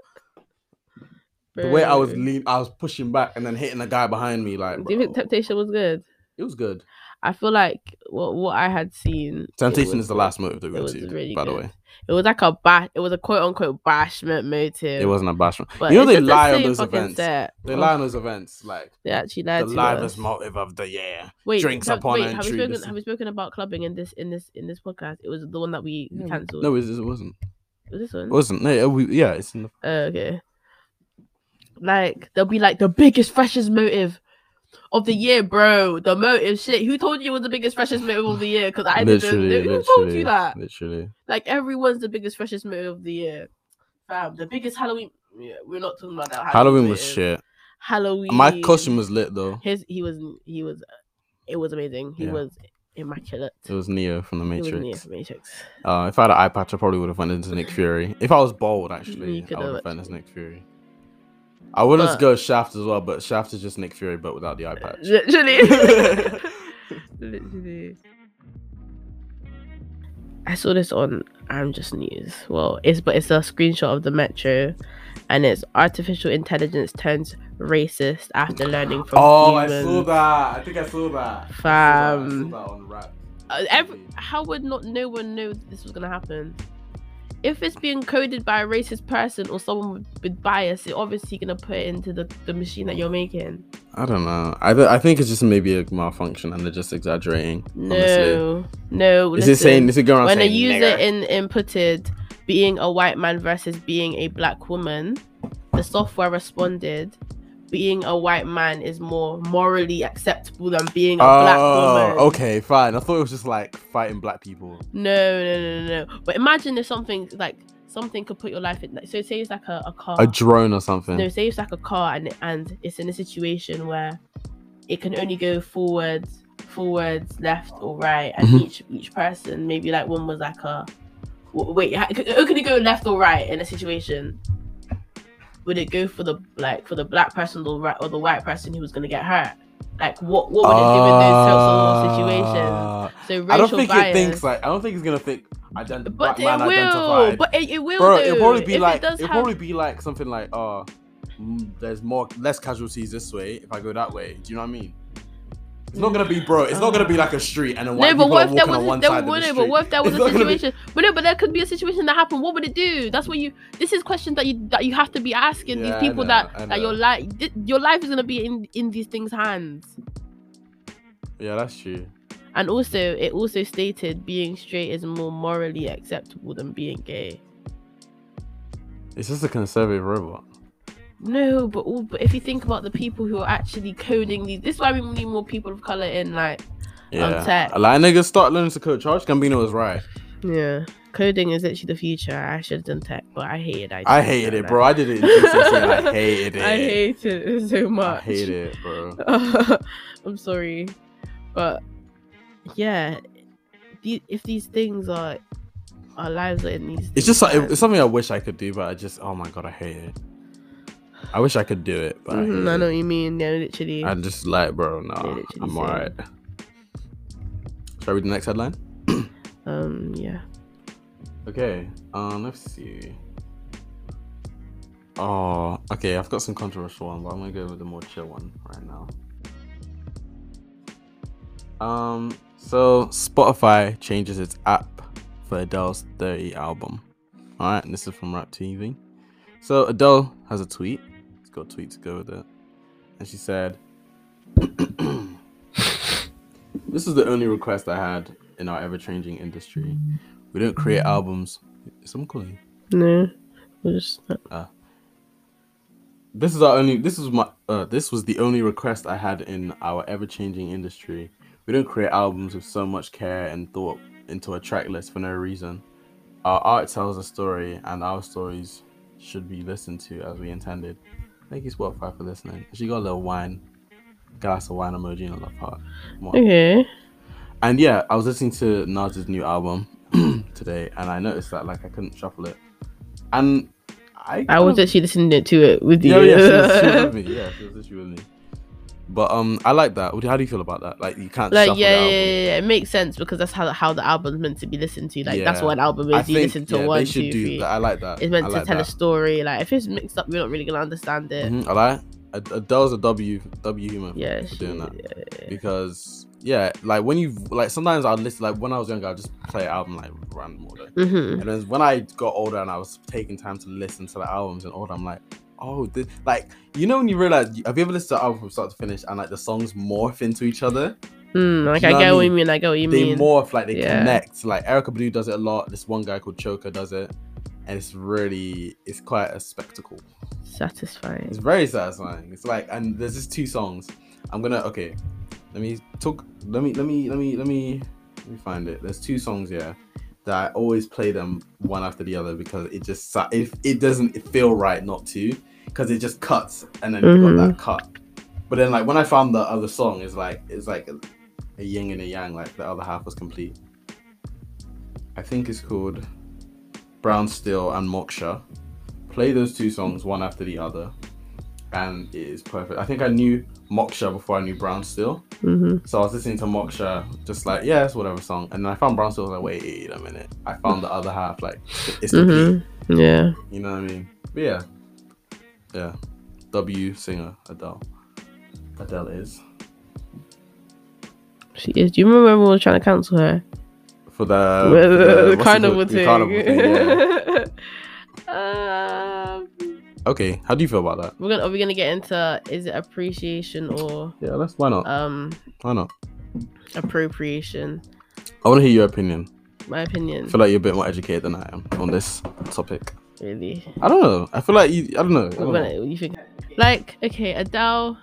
[SPEAKER 2] The way I was
[SPEAKER 1] Bro.
[SPEAKER 2] lean, I was pushing back and then hitting the guy behind me. Like
[SPEAKER 1] Do you think
[SPEAKER 2] bro,
[SPEAKER 1] temptation was good?
[SPEAKER 2] it was good.
[SPEAKER 1] I feel like what what I had seen. it
[SPEAKER 2] Temptation
[SPEAKER 1] was
[SPEAKER 2] is the last motive that we
[SPEAKER 1] it
[SPEAKER 2] went
[SPEAKER 1] was
[SPEAKER 2] to,
[SPEAKER 1] really
[SPEAKER 2] by the
[SPEAKER 1] good.
[SPEAKER 2] way.
[SPEAKER 1] It was like a bash. It was a quote unquote bashment motive.
[SPEAKER 2] It wasn't a bashment.
[SPEAKER 1] But
[SPEAKER 2] you know
[SPEAKER 1] it's
[SPEAKER 2] they
[SPEAKER 1] just the
[SPEAKER 2] lie on
[SPEAKER 1] same
[SPEAKER 2] those
[SPEAKER 1] fucking
[SPEAKER 2] events.
[SPEAKER 1] set.
[SPEAKER 2] They
[SPEAKER 1] Oh,
[SPEAKER 2] lie on those events, like
[SPEAKER 1] They actually
[SPEAKER 2] the
[SPEAKER 1] lied to us.
[SPEAKER 2] livest motive of the year.
[SPEAKER 1] Wait,
[SPEAKER 2] drinks
[SPEAKER 1] have-
[SPEAKER 2] upon
[SPEAKER 1] wait, have we
[SPEAKER 2] entry,
[SPEAKER 1] spoken?
[SPEAKER 2] this-
[SPEAKER 1] Have we spoken about clubbing in this in this in this podcast? It was the one that we
[SPEAKER 2] Yeah, we-
[SPEAKER 1] cancelled.
[SPEAKER 2] No, it, it wasn't.
[SPEAKER 1] was this one?
[SPEAKER 2] It wasn't. No, yeah, we, yeah, it's in the.
[SPEAKER 1] Oh, okay. Like they'll be like the biggest freshest motive of the year, bro. The motive shit. Who told you it was the biggest freshest motive of the year? Because I didn't. Who told you that?
[SPEAKER 2] Literally.
[SPEAKER 1] Like everyone's the biggest freshest motive of the year. Fam, the biggest Halloween. Yeah, we're not talking about that.
[SPEAKER 2] Halloween was
[SPEAKER 1] motive.
[SPEAKER 2] shit.
[SPEAKER 1] Halloween.
[SPEAKER 2] My costume was lit though.
[SPEAKER 1] His he was he was it was amazing. He
[SPEAKER 2] Yeah.
[SPEAKER 1] was immaculate.
[SPEAKER 2] It was Neo from the
[SPEAKER 1] He was in the
[SPEAKER 2] Matrix.
[SPEAKER 1] Matrix.
[SPEAKER 2] Uh, if I had an eye patch, I probably would have went into Nick Fury. If I was bald,
[SPEAKER 1] You
[SPEAKER 2] actually,
[SPEAKER 1] could
[SPEAKER 2] I would
[SPEAKER 1] have
[SPEAKER 2] have went as Nick Fury. I would have
[SPEAKER 1] But-
[SPEAKER 2] go Shaft as well, but Shaft is just Nick Fury, but without the eye patch.
[SPEAKER 1] Literally. Literally. I saw this on I'm Just News. Well, it's but it's a screenshot of the metro, and it's artificial intelligence turns racist after learning from
[SPEAKER 4] Oh,
[SPEAKER 1] humans.
[SPEAKER 4] I saw that. I think I saw that. I saw
[SPEAKER 1] Fam,
[SPEAKER 4] that on rap.
[SPEAKER 1] Uh, every, how would not no one know this was gonna happen? If it's being coded by a racist person or someone with, with bias, you're obviously gonna put it into the, the machine that you're making.
[SPEAKER 2] I don't know. I, th- I think it's just maybe a malfunction and they're just exaggerating.
[SPEAKER 1] No,
[SPEAKER 2] Honestly.
[SPEAKER 1] no.
[SPEAKER 2] Is it saying? Is it going around
[SPEAKER 1] when a
[SPEAKER 2] saying
[SPEAKER 1] user
[SPEAKER 2] "Nigger"?
[SPEAKER 1] in inputted being a white man versus being a black woman, the software responded, being a white man is more morally acceptable than being a black woman.
[SPEAKER 2] Oh, okay, fine. I thought it was just like fighting black people.
[SPEAKER 1] No, no, no, no, no. But imagine if something like something could put your life in. Like, so say it's like a, a car.
[SPEAKER 2] A drone or something.
[SPEAKER 1] no, say it's like a car, and and it's in a situation where it can only go forwards, forwards, left or right, and
[SPEAKER 2] Mhm.
[SPEAKER 1] each each person maybe like one was like a w- wait, ha- c- it could go left or right in a situation. Would it go for the like for the black person or right or the white person who was gonna get hurt? Like what what would it do in those sorts of situations?
[SPEAKER 2] Ah.
[SPEAKER 1] So racial
[SPEAKER 2] I don't think
[SPEAKER 1] bias.
[SPEAKER 2] it thinks like I don't think it's gonna think ident-
[SPEAKER 1] But
[SPEAKER 2] black
[SPEAKER 1] it
[SPEAKER 2] man
[SPEAKER 1] will.
[SPEAKER 2] identified.
[SPEAKER 1] But it, it will.
[SPEAKER 2] Bro,
[SPEAKER 1] do.
[SPEAKER 2] it'll probably be
[SPEAKER 1] if
[SPEAKER 2] like
[SPEAKER 1] it does
[SPEAKER 2] it'll
[SPEAKER 1] have,
[SPEAKER 2] probably be like something like oh mm, there's more less casualties this way if I go that way. Do you know what I mean? It's not gonna be bro, it's not gonna be like a street and a white
[SPEAKER 1] no, but
[SPEAKER 2] people
[SPEAKER 1] what
[SPEAKER 2] are
[SPEAKER 1] if there
[SPEAKER 2] walking
[SPEAKER 1] was
[SPEAKER 2] on one
[SPEAKER 1] there,
[SPEAKER 2] side
[SPEAKER 1] no,
[SPEAKER 2] of the
[SPEAKER 1] but
[SPEAKER 2] street.
[SPEAKER 1] what if there was
[SPEAKER 2] It's
[SPEAKER 1] a
[SPEAKER 2] not gonna be-
[SPEAKER 1] situation? But no, but there could be a situation that happened. What would it do? That's what you. This is question that you that you have to be asking
[SPEAKER 2] Yeah, I
[SPEAKER 1] these people
[SPEAKER 2] know, I
[SPEAKER 1] that that your
[SPEAKER 2] know.
[SPEAKER 1] life your life is gonna be in in these things' hands.
[SPEAKER 2] Yeah, that's true.
[SPEAKER 1] And also, it also stated being straight is more morally acceptable than being gay.
[SPEAKER 2] It's just a conservative robot.
[SPEAKER 1] No, but all, but if you think about the people who are actually coding these, this is why we need more people of color in like tech.
[SPEAKER 2] Yeah. Like niggas start learning to code. Charles Gambino was right.
[SPEAKER 1] Yeah, coding is literally the future. I should have done tech, but I hated IT.
[SPEAKER 2] I hated it, bro. I did it in GCSE and I hated it.
[SPEAKER 1] I hated it so much.
[SPEAKER 2] I hate it, bro.
[SPEAKER 1] I'm sorry, but yeah, the, if these things are our lives are in these.
[SPEAKER 2] It's just like
[SPEAKER 1] things,
[SPEAKER 2] it's something I wish I could do, but I just oh my god, I hate it. I wish I could do it, but
[SPEAKER 1] man.
[SPEAKER 2] I, hate
[SPEAKER 1] Mhm, I know
[SPEAKER 2] it.
[SPEAKER 1] what you mean. Yeah, literally.
[SPEAKER 2] I just like bro, no,
[SPEAKER 1] literally
[SPEAKER 2] I'm
[SPEAKER 1] same.
[SPEAKER 2] alright. Shall I read the next headline?
[SPEAKER 1] Um, yeah.
[SPEAKER 2] Okay, um, let's see. Oh, okay, I've got some controversial one, but I'm gonna go with the more chill one right now. Um, so Spotify changes its app for Adele's 30 album. All right, and this is from Rap TV. So Adele has a tweet. It's got a tweet to go with it, and she said, "This is the only request I had in our ever-changing industry." We don't create albums. Is someone calling?
[SPEAKER 1] No, we're just not.
[SPEAKER 2] This is our only. This is my. Uh, this was the only request I had in our ever-changing industry. We don't create albums with so much care and thought into a track list for no reason. Our art tells a story, and our stories should be listened to as we intended. Thank you, Spotify, for listening. She got a little wine, glass of wine emoji in a love heart. Come on.
[SPEAKER 1] okay.
[SPEAKER 2] And yeah, I was listening to Nas's new album today, and I noticed that like I couldn't shuffle it, and I
[SPEAKER 1] I
[SPEAKER 2] kind
[SPEAKER 1] was
[SPEAKER 2] of-
[SPEAKER 1] actually listening to it with you.
[SPEAKER 2] Oh. yeah, yeah, she was, she was with me. Yeah, she was literally with me. But um, I like that. What- How do you feel about that? Like you can't
[SPEAKER 1] like
[SPEAKER 2] shuffle
[SPEAKER 1] yeah,
[SPEAKER 2] the
[SPEAKER 1] yeah,
[SPEAKER 2] album.
[SPEAKER 1] yeah, yeah, it makes sense because that's how how the album's meant to be listened to. Like that's
[SPEAKER 2] Yeah.
[SPEAKER 1] what an album is.
[SPEAKER 2] I
[SPEAKER 1] you
[SPEAKER 2] think
[SPEAKER 1] listen to
[SPEAKER 2] yeah,
[SPEAKER 1] one,
[SPEAKER 2] they
[SPEAKER 1] two,
[SPEAKER 2] should
[SPEAKER 1] three.
[SPEAKER 2] do that. I like that.
[SPEAKER 1] It's meant
[SPEAKER 2] I
[SPEAKER 1] to
[SPEAKER 2] like
[SPEAKER 1] tell a
[SPEAKER 2] that.
[SPEAKER 1] story. Like if it's mixed up, you're not really gonna understand it.
[SPEAKER 2] Mhm, I like Ad- Adele's a W W human for-
[SPEAKER 1] Yeah,
[SPEAKER 2] for
[SPEAKER 1] she-
[SPEAKER 2] Mm-hmm. doing that
[SPEAKER 1] yeah.
[SPEAKER 2] because yeah, like when you like sometimes I'll listen like when I was younger I'd just play an album like random order.
[SPEAKER 1] Mhm.
[SPEAKER 2] And then when I got older and I was taking time to listen to the albums and order, I'm like, oh, this, like you know when you realize have you ever listened to an album from start to finish and like the songs morph into each other?
[SPEAKER 1] Mm, like
[SPEAKER 2] you
[SPEAKER 1] I
[SPEAKER 2] know what
[SPEAKER 1] get
[SPEAKER 2] I
[SPEAKER 1] what you
[SPEAKER 2] mean?
[SPEAKER 1] mean. I get what you
[SPEAKER 2] they
[SPEAKER 1] mean.
[SPEAKER 2] morph, like they
[SPEAKER 1] Yeah.
[SPEAKER 2] connect. Like Erica Badu does it a lot. This one guy called Choker does it, and it's really, it's quite a spectacle.
[SPEAKER 1] Satisfying.
[SPEAKER 2] It's very satisfying. It's like, and there's just two songs, I'm gonna okay. Let me talk. Let me let me let me let me let me find it. There's two songs here that I always play them one after the other because it just sa- it it doesn't feel right not to because it just cuts and then you've got
[SPEAKER 1] Mhm.
[SPEAKER 2] that cut. But then like when I found the other song, it's like it's like a, a yin and a yang. Like the other half was complete. I think it's called Brown Steel and Moksha. Play those two songs one after the other, and it is perfect. I think I knew Moksha before I knew Brown Steel.
[SPEAKER 1] Mm-hmm.
[SPEAKER 2] So I was listening to Moksha, just like, yeah, it's whatever song. And then I found Brown Steel, I was like, wait a minute. I found the other half, like, it's complete.
[SPEAKER 1] Mm-hmm. Yeah.
[SPEAKER 2] You know what I mean? But yeah. Yeah. W singer, Adele. Adele is.
[SPEAKER 1] She is. Do you remember when we were trying to cancel her?
[SPEAKER 2] For the.
[SPEAKER 1] Well, the-
[SPEAKER 2] for
[SPEAKER 1] the
[SPEAKER 2] Uh, what's it
[SPEAKER 1] carnival
[SPEAKER 2] called? The
[SPEAKER 1] thing.
[SPEAKER 2] carnival yeah.
[SPEAKER 1] um,
[SPEAKER 2] Okay, how do you feel about that?
[SPEAKER 1] we're gonna are we gonna get into is it appreciation or
[SPEAKER 2] Yeah, let's. Why not?
[SPEAKER 1] um
[SPEAKER 2] why not?
[SPEAKER 1] appropriation?
[SPEAKER 2] I want to hear your opinion.
[SPEAKER 1] My
[SPEAKER 2] I
[SPEAKER 1] opinion,
[SPEAKER 2] feel like you're a bit more educated than I am on this topic.
[SPEAKER 1] really.
[SPEAKER 2] I don't know. I feel like you. I don't know. I don't
[SPEAKER 1] We're
[SPEAKER 2] know.
[SPEAKER 1] gonna- you think like okay adele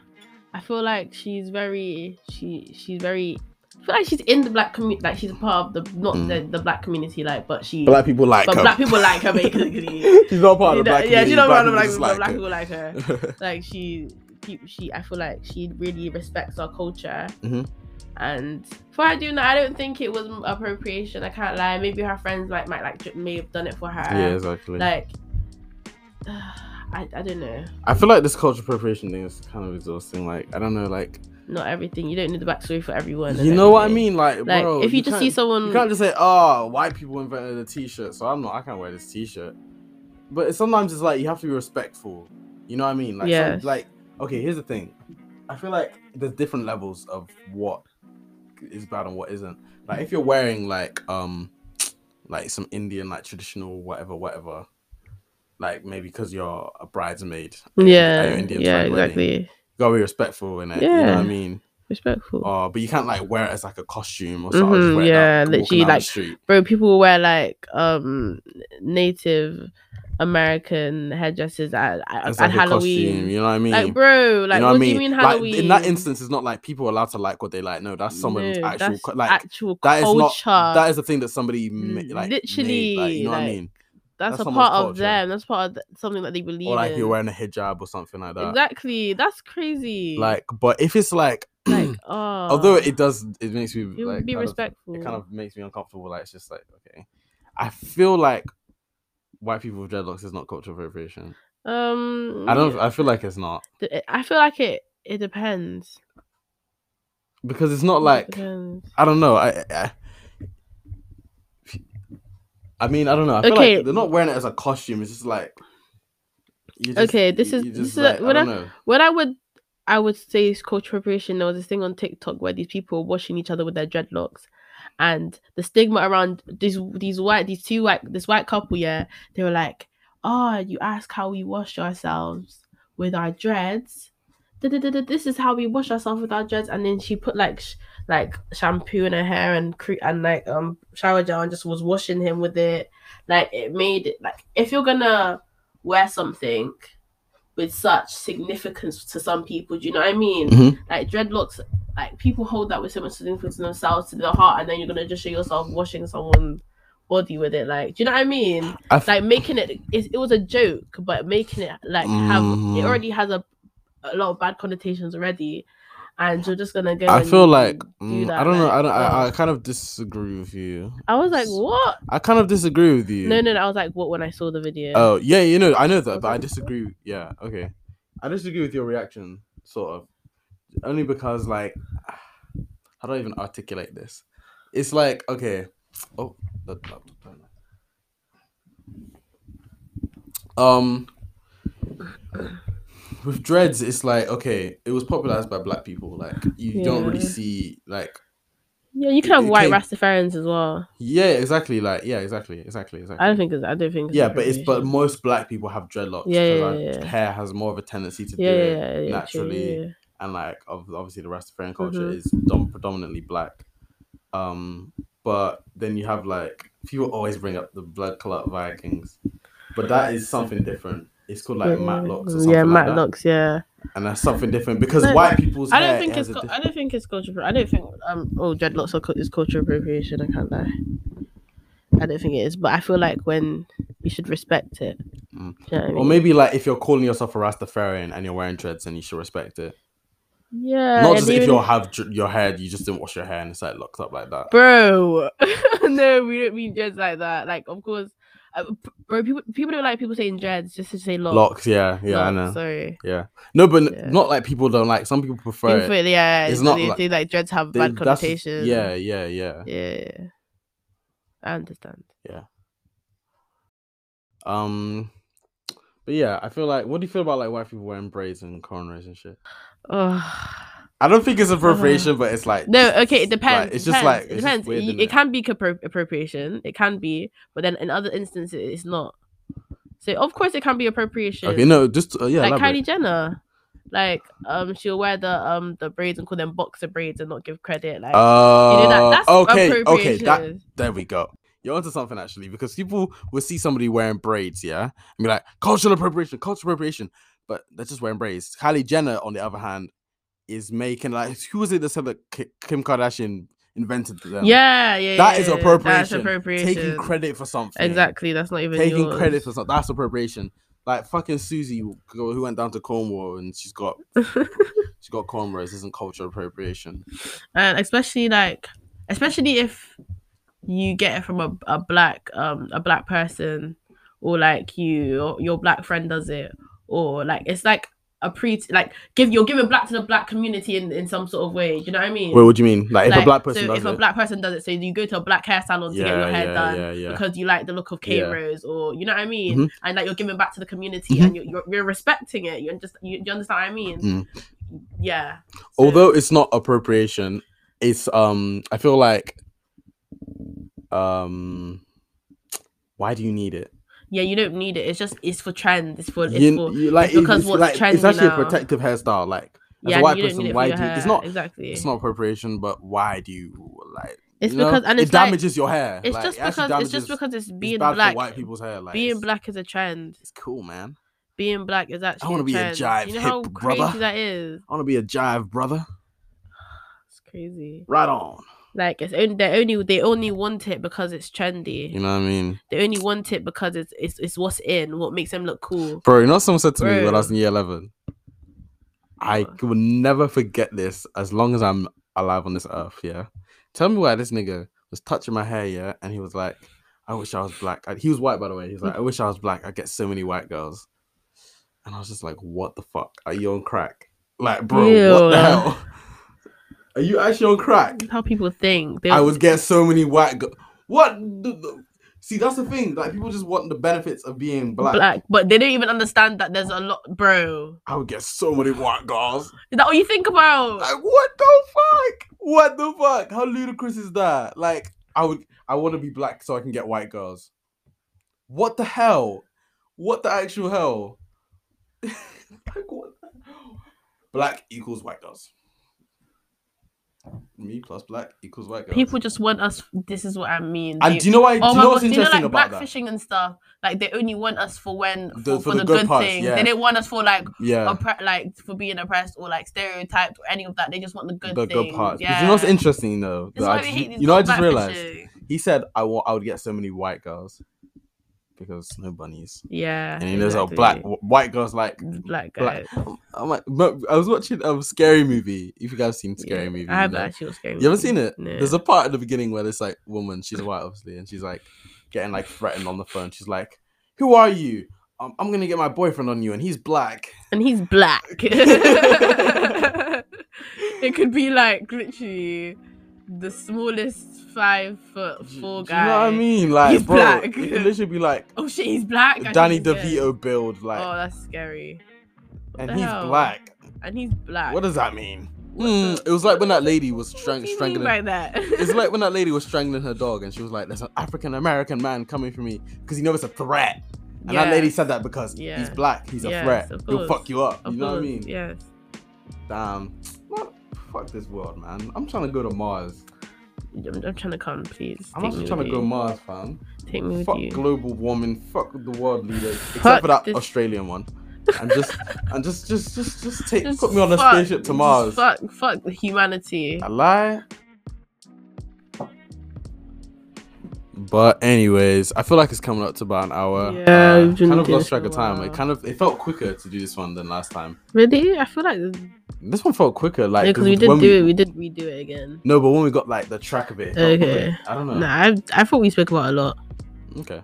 [SPEAKER 1] i feel like she's very she she's very i feel like she's in the black community like she's a part of the not
[SPEAKER 2] Mm.
[SPEAKER 1] the, the black community like but she
[SPEAKER 2] Black people like
[SPEAKER 1] but
[SPEAKER 2] her.
[SPEAKER 1] black people like her basically
[SPEAKER 2] She's not part
[SPEAKER 1] You
[SPEAKER 2] of the
[SPEAKER 1] know-
[SPEAKER 2] black
[SPEAKER 1] yeah
[SPEAKER 2] community,
[SPEAKER 1] you know
[SPEAKER 2] black
[SPEAKER 1] what black,
[SPEAKER 2] people
[SPEAKER 1] people,
[SPEAKER 2] just
[SPEAKER 1] black
[SPEAKER 2] like
[SPEAKER 1] people like her
[SPEAKER 2] her.
[SPEAKER 1] like she she- she i feel like she really respects our culture
[SPEAKER 2] Mhm.
[SPEAKER 1] and for I do know, I don't think it was appropriation. I can't lie. Maybe her friends might might like may have done it for her.
[SPEAKER 2] yeah, exactly.
[SPEAKER 1] Like, I, I don't know.
[SPEAKER 2] I feel like this cultural appropriation thing is kind of exhausting. Like, I don't know, like
[SPEAKER 1] not everything. You don't know the backstory for everyone. and
[SPEAKER 2] you know what I
[SPEAKER 1] everything.
[SPEAKER 2] mean? Like,
[SPEAKER 1] Like
[SPEAKER 2] bro,
[SPEAKER 1] if you, just see
[SPEAKER 2] can't-
[SPEAKER 1] someone,
[SPEAKER 2] you can't just say, "Oh, white people invented a T-shirt, so I'm not. I can't wear this T-shirt." But it's sometimes it's like you have to be respectful. You know what I mean? Like, some-
[SPEAKER 1] Yes.
[SPEAKER 2] like okay, here's the thing. I feel like there's different levels of what is bad and what isn't. Like, if you're wearing like um, like some Indian like traditional whatever whatever, like maybe because you're a bridesmaid. at your- at your
[SPEAKER 1] yeah,
[SPEAKER 2] Indian
[SPEAKER 1] yeah,
[SPEAKER 2] tribe wedding,
[SPEAKER 1] exactly,
[SPEAKER 2] you gotta be respectful in it. You know what
[SPEAKER 1] Yeah.
[SPEAKER 2] I mean?
[SPEAKER 1] respectful,
[SPEAKER 2] Uh, but you can't like wear it as like a costume or something.
[SPEAKER 1] Mhm,
[SPEAKER 2] just wear it
[SPEAKER 1] yeah,
[SPEAKER 2] out- walking
[SPEAKER 1] literally,
[SPEAKER 2] down the
[SPEAKER 1] like-
[SPEAKER 2] street.
[SPEAKER 1] bro. People will wear like um Native American headdresses at at,
[SPEAKER 2] It's
[SPEAKER 1] at
[SPEAKER 2] like a
[SPEAKER 1] Halloween.
[SPEAKER 2] costume, you know what I mean?
[SPEAKER 1] Like, bro, like
[SPEAKER 2] you know
[SPEAKER 1] what,
[SPEAKER 2] what I
[SPEAKER 1] do
[SPEAKER 2] mean?
[SPEAKER 1] you mean
[SPEAKER 2] like
[SPEAKER 1] Halloween?
[SPEAKER 2] in that instance, it's not like people are allowed to like what they like. No, that's someone's
[SPEAKER 1] No,
[SPEAKER 2] actual
[SPEAKER 1] that's
[SPEAKER 2] co- like
[SPEAKER 1] actual
[SPEAKER 2] that is
[SPEAKER 1] culture.
[SPEAKER 2] not that is the thing that somebody ma-
[SPEAKER 1] Mm,
[SPEAKER 2] like
[SPEAKER 1] literally,
[SPEAKER 2] made, like, you know what I
[SPEAKER 1] like,
[SPEAKER 2] mean?
[SPEAKER 1] that's,
[SPEAKER 2] that's
[SPEAKER 1] a
[SPEAKER 2] someone's
[SPEAKER 1] part of
[SPEAKER 2] culture.
[SPEAKER 1] them. That's part of th- something that they believe
[SPEAKER 2] Or like
[SPEAKER 1] in.
[SPEAKER 2] you're wearing a hijab or something like that.
[SPEAKER 1] exactly. That's crazy.
[SPEAKER 2] Like, but if it's like,
[SPEAKER 1] like, oh,
[SPEAKER 2] although it does, it makes me
[SPEAKER 1] you
[SPEAKER 2] like
[SPEAKER 1] be
[SPEAKER 2] kind of-
[SPEAKER 1] respectful.
[SPEAKER 2] it kind of makes me uncomfortable. Like it's just like okay, I feel like white people with dreadlocks is not cultural appropriation.
[SPEAKER 1] Um,
[SPEAKER 2] I don't. I feel like it's not
[SPEAKER 1] th- I feel like it. It depends.
[SPEAKER 2] because it's not
[SPEAKER 1] It
[SPEAKER 2] like
[SPEAKER 1] depends.
[SPEAKER 2] I don't know. I. I I mean, I don't know. I feel
[SPEAKER 1] Okay.
[SPEAKER 2] like they're not wearing it as a costume. It's just like. you just-
[SPEAKER 1] Okay, this
[SPEAKER 2] you-
[SPEAKER 1] is-
[SPEAKER 2] you
[SPEAKER 1] this
[SPEAKER 2] just,
[SPEAKER 1] is a-
[SPEAKER 2] like, I
[SPEAKER 1] when
[SPEAKER 2] don't know.
[SPEAKER 1] What I would, I would say is cultural appropriation. There was this thing on TikTok where these people were washing each other with their dreadlocks, and the stigma around these these white these two white this white couple. Yeah, they were like, "Oh, you ask how we wash ourselves with our dreads." Da-da-da-da, This is how we wash ourselves with our dreads, and then she put like sh- like shampoo in her hair and cre- and like um shower gel and just was washing him with it. Like it made it like if you're gonna wear something with such significance to some people, do you know what I mean?
[SPEAKER 2] Mhm.
[SPEAKER 1] Like dreadlocks, like people hold that with so much significance to themselves to their heart, and then you're gonna just show yourself washing someone's body with it. Like, do you know what I mean?
[SPEAKER 2] I f-
[SPEAKER 1] like making it, it, it was a joke, but making it like have
[SPEAKER 2] Mm.
[SPEAKER 1] it already has a a lot of bad connotations already, and you're just gonna go.
[SPEAKER 2] I
[SPEAKER 1] and
[SPEAKER 2] feel like
[SPEAKER 1] do
[SPEAKER 2] mm,
[SPEAKER 1] that,
[SPEAKER 2] I don't know.
[SPEAKER 1] like,
[SPEAKER 2] I don't. I,
[SPEAKER 1] oh.
[SPEAKER 2] I kind of disagree with you.
[SPEAKER 1] I was like, what?
[SPEAKER 2] I kind of disagree with you.
[SPEAKER 1] No, no, no. I was like, what when I saw the video?
[SPEAKER 2] Oh yeah, you know I know that,
[SPEAKER 1] Was
[SPEAKER 2] but I
[SPEAKER 1] it-
[SPEAKER 2] disagree. Yeah, okay. I disagree with your reaction, sort of, only because like how do I even articulate this? It's like okay, oh, that laptop turned on. um, with dreads, it's like okay, it was popularized by black people. Like you don't really
[SPEAKER 1] Yeah.
[SPEAKER 2] see like
[SPEAKER 1] yeah, you can have
[SPEAKER 2] it
[SPEAKER 1] white
[SPEAKER 2] came-
[SPEAKER 1] Rastafarians as well.
[SPEAKER 2] yeah, exactly, like yeah, exactly, exactly, exactly.
[SPEAKER 1] I don't think it's. I don't think. It's
[SPEAKER 2] Yeah, but it's but
[SPEAKER 1] appropriation.
[SPEAKER 2] most black people have dreadlocks
[SPEAKER 1] Yeah,
[SPEAKER 2] because
[SPEAKER 1] yeah,
[SPEAKER 2] our
[SPEAKER 1] yeah, yeah.
[SPEAKER 2] hair has more of a tendency to
[SPEAKER 1] yeah,
[SPEAKER 2] do
[SPEAKER 1] yeah,
[SPEAKER 2] it,
[SPEAKER 1] yeah, yeah, true,
[SPEAKER 2] naturally.
[SPEAKER 1] yeah, yeah.
[SPEAKER 2] and like ob- obviously the Rastafarian culture
[SPEAKER 1] Mhm.
[SPEAKER 2] is dom- predominantly black. Um, but then you have like people always bring up the blood clot Vikings, but that is something different. It's called like
[SPEAKER 1] Yeah.
[SPEAKER 2] matlocks or something
[SPEAKER 1] Mm, yeah,
[SPEAKER 2] like that.
[SPEAKER 1] matlocks. Yeah,
[SPEAKER 2] and that's something different because
[SPEAKER 1] No,
[SPEAKER 2] white people's
[SPEAKER 1] I don't
[SPEAKER 2] hair
[SPEAKER 1] think
[SPEAKER 2] has
[SPEAKER 1] it's.
[SPEAKER 2] a
[SPEAKER 1] Cu-
[SPEAKER 2] diff-
[SPEAKER 1] I don't think it's culture. appro- I don't think um. Oh, dreadlocks are, cu- is culture appropriation. I can't lie. I don't think it is, but I feel like when you should respect it. Do
[SPEAKER 2] Mm.
[SPEAKER 1] you know what I
[SPEAKER 2] or
[SPEAKER 1] mean?
[SPEAKER 2] maybe like if you're calling yourself a Rastafarian and you're wearing dreads, and you should respect it.
[SPEAKER 1] yeah.
[SPEAKER 2] Not
[SPEAKER 1] Uh, and
[SPEAKER 2] just if
[SPEAKER 1] even-
[SPEAKER 2] you have dr- your hair, you just didn't wash your hair and it's like locked up like that.
[SPEAKER 1] bro. no, we don't mean dreads like that. Like, of course, uh, p- bro. People people don't like people saying dreads just to say lock.
[SPEAKER 2] Locks, yeah, yeah, I
[SPEAKER 1] Lock,
[SPEAKER 2] know.
[SPEAKER 1] Sorry.
[SPEAKER 2] No, but n-
[SPEAKER 1] Yeah.
[SPEAKER 2] not like people don't like. Some people prefer it.
[SPEAKER 1] Infinite, yeah,
[SPEAKER 2] It's
[SPEAKER 1] it's
[SPEAKER 2] not
[SPEAKER 1] not they,
[SPEAKER 2] like-
[SPEAKER 1] they, like dreads have
[SPEAKER 2] They-
[SPEAKER 1] bad
[SPEAKER 2] that's-
[SPEAKER 1] connotations.
[SPEAKER 2] Yeah, yeah, yeah.
[SPEAKER 1] Yeah. I understand.
[SPEAKER 2] Um, but yeah, I feel like. What do you feel about like white people wearing braids and cornrows and shit?
[SPEAKER 1] Oh.
[SPEAKER 2] I don't think it's appropriation, but it's like
[SPEAKER 1] No, okay, it depends.
[SPEAKER 2] Like, it's just like
[SPEAKER 1] depends, it
[SPEAKER 2] it's just
[SPEAKER 1] depends.
[SPEAKER 2] weird,
[SPEAKER 1] You-
[SPEAKER 2] innit?
[SPEAKER 1] it can be appro- appropriation. It can be, but then in other instances, it's not. So of course, it can be appropriation.
[SPEAKER 2] Okay, no, just uh, yeah,
[SPEAKER 1] like
[SPEAKER 2] elaborate.
[SPEAKER 1] Kylie Jenner, like um, she'll wear the um the braids and call them boxer braids and not give credit. Like you know that
[SPEAKER 2] Uh,
[SPEAKER 1] that's
[SPEAKER 2] okay, okay,
[SPEAKER 1] appropriation.
[SPEAKER 2] that there we go. You're onto something actually, because people will see somebody wearing braids, yeah, and be like, cultural appropriation, cultural appropriation, but they're just wearing braids. Kylie Jenner, on the other hand, is making like who was it that said that Ki- Kim Kardashian invented them?
[SPEAKER 1] yeah, yeah,
[SPEAKER 2] that
[SPEAKER 1] yeah,
[SPEAKER 2] is
[SPEAKER 1] yeah,
[SPEAKER 2] appropriation.
[SPEAKER 1] That's appropriation.
[SPEAKER 2] Taking credit for something.
[SPEAKER 1] Exactly, that's not even
[SPEAKER 2] Taking
[SPEAKER 1] yours.
[SPEAKER 2] credit for something. That's appropriation. Like fucking Susie, who who went down to Cornwall and she's got she's got cornrows. Isn't cultural appropriation?
[SPEAKER 1] and especially like especially if you get it from a, a black um a black person or like you or your black friend does it or like it's like a pre like give you're giving black to the black community in, in some sort of way you know what i mean
[SPEAKER 2] Wait, what do you mean? Like if a
[SPEAKER 1] Like,
[SPEAKER 2] black person
[SPEAKER 1] so
[SPEAKER 2] does
[SPEAKER 1] if
[SPEAKER 2] it?
[SPEAKER 1] a black person does it so you go to a black hair salon to get your hair done
[SPEAKER 2] yeah, yeah.
[SPEAKER 1] because you like the look of
[SPEAKER 2] Yeah.
[SPEAKER 1] K-Rose or you know what I mean,
[SPEAKER 2] Mhm.
[SPEAKER 1] and like you're giving back to the community
[SPEAKER 2] Mhm.
[SPEAKER 1] and you're, you're, you're respecting it. You're just you, you understand what I mean?
[SPEAKER 2] Mm.
[SPEAKER 1] Yeah. So-
[SPEAKER 2] Although it's not appropriation, it's um. I feel like um. Why do you need it?
[SPEAKER 1] yeah, you don't need it. It's just it's for trend. It's for it's
[SPEAKER 2] You,
[SPEAKER 1] for
[SPEAKER 2] you like
[SPEAKER 1] it's because
[SPEAKER 2] it's,
[SPEAKER 1] what's
[SPEAKER 2] like, it's
[SPEAKER 1] trendy
[SPEAKER 2] actually
[SPEAKER 1] now.
[SPEAKER 2] a protective hairstyle. Like as
[SPEAKER 1] yeah.
[SPEAKER 2] a
[SPEAKER 1] and
[SPEAKER 2] white
[SPEAKER 1] you don't
[SPEAKER 2] person,
[SPEAKER 1] need it for
[SPEAKER 2] why do
[SPEAKER 1] your
[SPEAKER 2] you,
[SPEAKER 1] hair.
[SPEAKER 2] it's not
[SPEAKER 1] exactly.
[SPEAKER 2] it's not appropriation, but why do you like?
[SPEAKER 1] It's
[SPEAKER 2] you know?
[SPEAKER 1] because and
[SPEAKER 2] it
[SPEAKER 1] it's like-
[SPEAKER 2] damages your hair.
[SPEAKER 1] it's
[SPEAKER 2] like,
[SPEAKER 1] just
[SPEAKER 2] it actually
[SPEAKER 1] because it's just
[SPEAKER 2] damages-
[SPEAKER 1] because it's
[SPEAKER 2] it's
[SPEAKER 1] being
[SPEAKER 2] bad
[SPEAKER 1] black.
[SPEAKER 2] for white people's hair. Like
[SPEAKER 1] being
[SPEAKER 2] it's-
[SPEAKER 1] black is a trend.
[SPEAKER 2] it's cool, man.
[SPEAKER 1] Being black is actually.
[SPEAKER 2] wanna
[SPEAKER 1] a
[SPEAKER 2] be a
[SPEAKER 1] trend.
[SPEAKER 2] jive
[SPEAKER 1] You know how
[SPEAKER 2] hip
[SPEAKER 1] crazy
[SPEAKER 2] brother.
[SPEAKER 1] that is.
[SPEAKER 2] I want to be a jive brother.
[SPEAKER 1] It's crazy.
[SPEAKER 2] Right on.
[SPEAKER 1] Like it's only they only they only want it because it's trendy.
[SPEAKER 2] You know what I mean,
[SPEAKER 1] They only want it because it's it's, it's what's in, what makes them look cool.
[SPEAKER 2] bro? You know what someone said to me when I
[SPEAKER 1] Bro.
[SPEAKER 2] was in year eleven. I
[SPEAKER 1] What?
[SPEAKER 2] will never forget this as long as I'm alive on this earth. Yeah. Tell me why this nigga was touching my hair, yeah, and he was like, "I wish I was black." I- He was white, by the way. He's like, "I wish I was black. I get so many white girls," and I was just like, "What the fuck? Are you on crack? Like, bro, what the
[SPEAKER 1] Ew.
[SPEAKER 2] hell? Are you actually on crack?"
[SPEAKER 1] That's how people think. They
[SPEAKER 2] I would get so many white girls. What? the- the- See, that's the thing. Like, people just want the benefits of being black.
[SPEAKER 1] black. but they don't even understand that there's a lot, bro.
[SPEAKER 2] I would get so many white girls.
[SPEAKER 1] Is that all you think about?
[SPEAKER 2] Like, what the fuck? What the fuck? How ludicrous is that? Like, I would, I want to be black so I can get white girls. What the hell? What the actual hell? like, what the hell? Black equals white girls. Me plus black equals white girls.
[SPEAKER 1] People just want us. This is what I mean.
[SPEAKER 2] and
[SPEAKER 1] They-
[SPEAKER 2] do you know why?
[SPEAKER 1] oh
[SPEAKER 2] do
[SPEAKER 1] my
[SPEAKER 2] you know what's
[SPEAKER 1] God, do you know
[SPEAKER 2] interesting
[SPEAKER 1] like
[SPEAKER 2] about
[SPEAKER 1] black
[SPEAKER 2] that?
[SPEAKER 1] fishing and stuff? Like they only want us for when for,
[SPEAKER 2] The-
[SPEAKER 1] for the, good,
[SPEAKER 2] parts,
[SPEAKER 1] things.
[SPEAKER 2] yeah.
[SPEAKER 1] They don't want us for like
[SPEAKER 2] Yeah.
[SPEAKER 1] oppre- like for being oppressed or like stereotyped or any of that. They just want the good
[SPEAKER 2] the
[SPEAKER 1] things.
[SPEAKER 2] good parts.
[SPEAKER 1] Yeah.
[SPEAKER 2] But you know what's interesting though?
[SPEAKER 1] That's
[SPEAKER 2] that
[SPEAKER 1] why
[SPEAKER 2] I
[SPEAKER 1] we
[SPEAKER 2] just-
[SPEAKER 1] hate these
[SPEAKER 2] you know, I
[SPEAKER 1] black
[SPEAKER 2] just realized
[SPEAKER 1] fishing.
[SPEAKER 2] he said I want I would get so many white girls because no bunnies.
[SPEAKER 1] Yeah.
[SPEAKER 2] And he knows how black
[SPEAKER 1] exactly.
[SPEAKER 2] wh- white girls like.
[SPEAKER 1] black guy.
[SPEAKER 2] black- I'm like, but I was watching a um, scary movie. If you guys have seen scary
[SPEAKER 1] Yeah.
[SPEAKER 2] movie,
[SPEAKER 1] I
[SPEAKER 2] you,
[SPEAKER 1] have
[SPEAKER 2] know.
[SPEAKER 1] actually watched scary.
[SPEAKER 2] you haven't
[SPEAKER 1] Movie.
[SPEAKER 2] seen it.
[SPEAKER 1] No.
[SPEAKER 2] There's a part at the beginning where this like woman, she's white obviously, and she's like getting like threatened on the phone. She's like, "Who are you? Um, I'm gonna get my boyfriend on you, and he's black."
[SPEAKER 1] and he's black. it could be like literally the smallest five foot
[SPEAKER 2] Do-
[SPEAKER 1] four
[SPEAKER 2] do you know what
[SPEAKER 1] guy.
[SPEAKER 2] I mean? Like,
[SPEAKER 1] He's
[SPEAKER 2] bro,
[SPEAKER 1] black.
[SPEAKER 2] it could literally be like
[SPEAKER 1] Oh shit, he's black. I
[SPEAKER 2] Danny
[SPEAKER 1] think he's gay.
[SPEAKER 2] DeVito build, like,
[SPEAKER 1] oh, that's scary.
[SPEAKER 2] and
[SPEAKER 1] the
[SPEAKER 2] he's
[SPEAKER 1] hell?
[SPEAKER 2] black.
[SPEAKER 1] And he's black.
[SPEAKER 2] What does that mean?
[SPEAKER 1] What
[SPEAKER 2] Hmm,
[SPEAKER 1] the-
[SPEAKER 2] it was like when that lady was
[SPEAKER 1] What
[SPEAKER 2] strang-
[SPEAKER 1] do you mean
[SPEAKER 2] strangling.
[SPEAKER 1] by that?
[SPEAKER 2] It's like when that lady was strangling her dog, and she was like, "There's an African American man coming for me because he knows it's a threat." And that
[SPEAKER 1] Yeah.
[SPEAKER 2] lady said that because he's
[SPEAKER 1] Yeah.
[SPEAKER 2] black, he's a
[SPEAKER 1] Yes,
[SPEAKER 2] threat.
[SPEAKER 1] of
[SPEAKER 2] He'll fuck
[SPEAKER 1] course.
[SPEAKER 2] you up.
[SPEAKER 1] Of
[SPEAKER 2] you know what I
[SPEAKER 1] course,
[SPEAKER 2] mean?
[SPEAKER 1] Yes.
[SPEAKER 2] Damn. What? Fuck this world, man. I'm trying to go to Mars.
[SPEAKER 1] I'm, I'm trying to come, please.
[SPEAKER 2] I'm
[SPEAKER 1] Take
[SPEAKER 2] actually
[SPEAKER 1] me
[SPEAKER 2] trying
[SPEAKER 1] with
[SPEAKER 2] to go
[SPEAKER 1] you.
[SPEAKER 2] Mars, fam.
[SPEAKER 1] Take me with
[SPEAKER 2] Fuck
[SPEAKER 1] you.
[SPEAKER 2] global warming. Fuck the world leaders. Except
[SPEAKER 1] Fuck
[SPEAKER 2] for that
[SPEAKER 1] this-
[SPEAKER 2] Australian one.
[SPEAKER 5] and just and just just just just take
[SPEAKER 1] Just
[SPEAKER 5] put me on a
[SPEAKER 1] fuck-
[SPEAKER 5] spaceship to
[SPEAKER 1] just
[SPEAKER 5] Mars.
[SPEAKER 1] Fuck, fuck the humanity.
[SPEAKER 2] Uh,
[SPEAKER 5] I lie.
[SPEAKER 2] But anyways, I feel like it's coming up to about an hour.
[SPEAKER 1] Yeah,
[SPEAKER 2] Uh,
[SPEAKER 1] we've been
[SPEAKER 2] kind of
[SPEAKER 1] doing
[SPEAKER 2] lost
[SPEAKER 1] this
[SPEAKER 2] track
[SPEAKER 1] for
[SPEAKER 2] of
[SPEAKER 1] a
[SPEAKER 2] time.
[SPEAKER 1] while.
[SPEAKER 2] It kind of it felt quicker to do this one than last time.
[SPEAKER 1] Really? I feel like yeah,
[SPEAKER 2] This one felt quicker, like
[SPEAKER 1] because we did
[SPEAKER 2] when
[SPEAKER 1] do it. We did redo it again.
[SPEAKER 2] No, but when we got like the track of it, it felt
[SPEAKER 1] Okay.
[SPEAKER 2] quicker. I don't know.
[SPEAKER 1] Nah, I, I thought we spoke about it a lot.
[SPEAKER 2] Okay,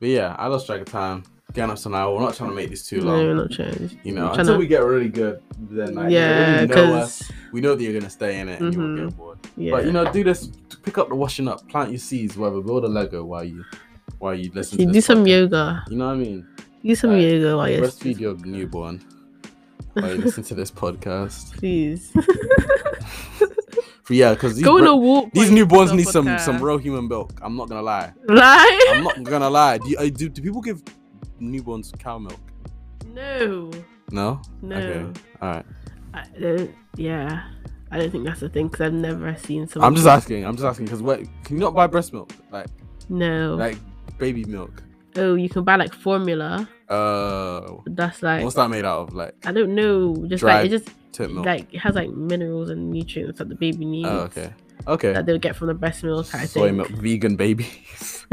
[SPEAKER 2] but yeah, I lost track of time. Getting up to an hour. We're not trying to make this too
[SPEAKER 1] No,
[SPEAKER 2] long.
[SPEAKER 1] we're not trying.
[SPEAKER 2] You know,
[SPEAKER 1] I'm
[SPEAKER 2] until
[SPEAKER 1] tryna-
[SPEAKER 2] we get really good, then like
[SPEAKER 1] yeah,
[SPEAKER 2] yeah, you already know us.
[SPEAKER 1] because
[SPEAKER 2] We know that you're gonna stay in it and you
[SPEAKER 1] Mhm.
[SPEAKER 2] will get bored.
[SPEAKER 1] yeah,
[SPEAKER 2] But you know, do this. Pick up the washing up. Plant your seeds. Whatever. Build a Lego while you while you listen.
[SPEAKER 1] you
[SPEAKER 2] to
[SPEAKER 1] do
[SPEAKER 2] this
[SPEAKER 1] some
[SPEAKER 2] podcast.
[SPEAKER 1] yoga.
[SPEAKER 2] You know what I mean?
[SPEAKER 1] Do some
[SPEAKER 2] Alright.
[SPEAKER 1] yoga while you're
[SPEAKER 2] Breastfeed your newborn while you listen to this podcast.
[SPEAKER 1] please.
[SPEAKER 2] But yeah, because these,
[SPEAKER 1] Go on
[SPEAKER 2] bre-
[SPEAKER 1] a walk.
[SPEAKER 2] these
[SPEAKER 1] while you
[SPEAKER 2] newborns
[SPEAKER 1] listen
[SPEAKER 2] need
[SPEAKER 1] to
[SPEAKER 2] some
[SPEAKER 1] podcast.
[SPEAKER 2] some real human milk. I'm not gonna lie.
[SPEAKER 1] Like
[SPEAKER 2] I'm not gonna lie. Do, you, uh, do do people give newborns cow milk?
[SPEAKER 1] no,
[SPEAKER 2] No.
[SPEAKER 1] no.
[SPEAKER 2] Okay. All right.
[SPEAKER 1] I don't. Yeah, I don't think that's a thing because I've never seen someone.
[SPEAKER 2] I'm just asking. I'm just asking because what can you not buy breast milk like
[SPEAKER 1] No.
[SPEAKER 2] like baby milk?
[SPEAKER 1] oh, you can buy like formula.
[SPEAKER 2] Uh,
[SPEAKER 1] but That's like
[SPEAKER 2] what's that made out of? Like
[SPEAKER 1] I don't know. Just
[SPEAKER 2] Dried
[SPEAKER 1] like it just
[SPEAKER 2] tip milk.
[SPEAKER 1] like it has like minerals and nutrients that the baby needs.
[SPEAKER 2] oh, okay. Okay.
[SPEAKER 1] That they'll get from the breast milk. I
[SPEAKER 2] Soy
[SPEAKER 1] think.
[SPEAKER 2] milk, vegan babies.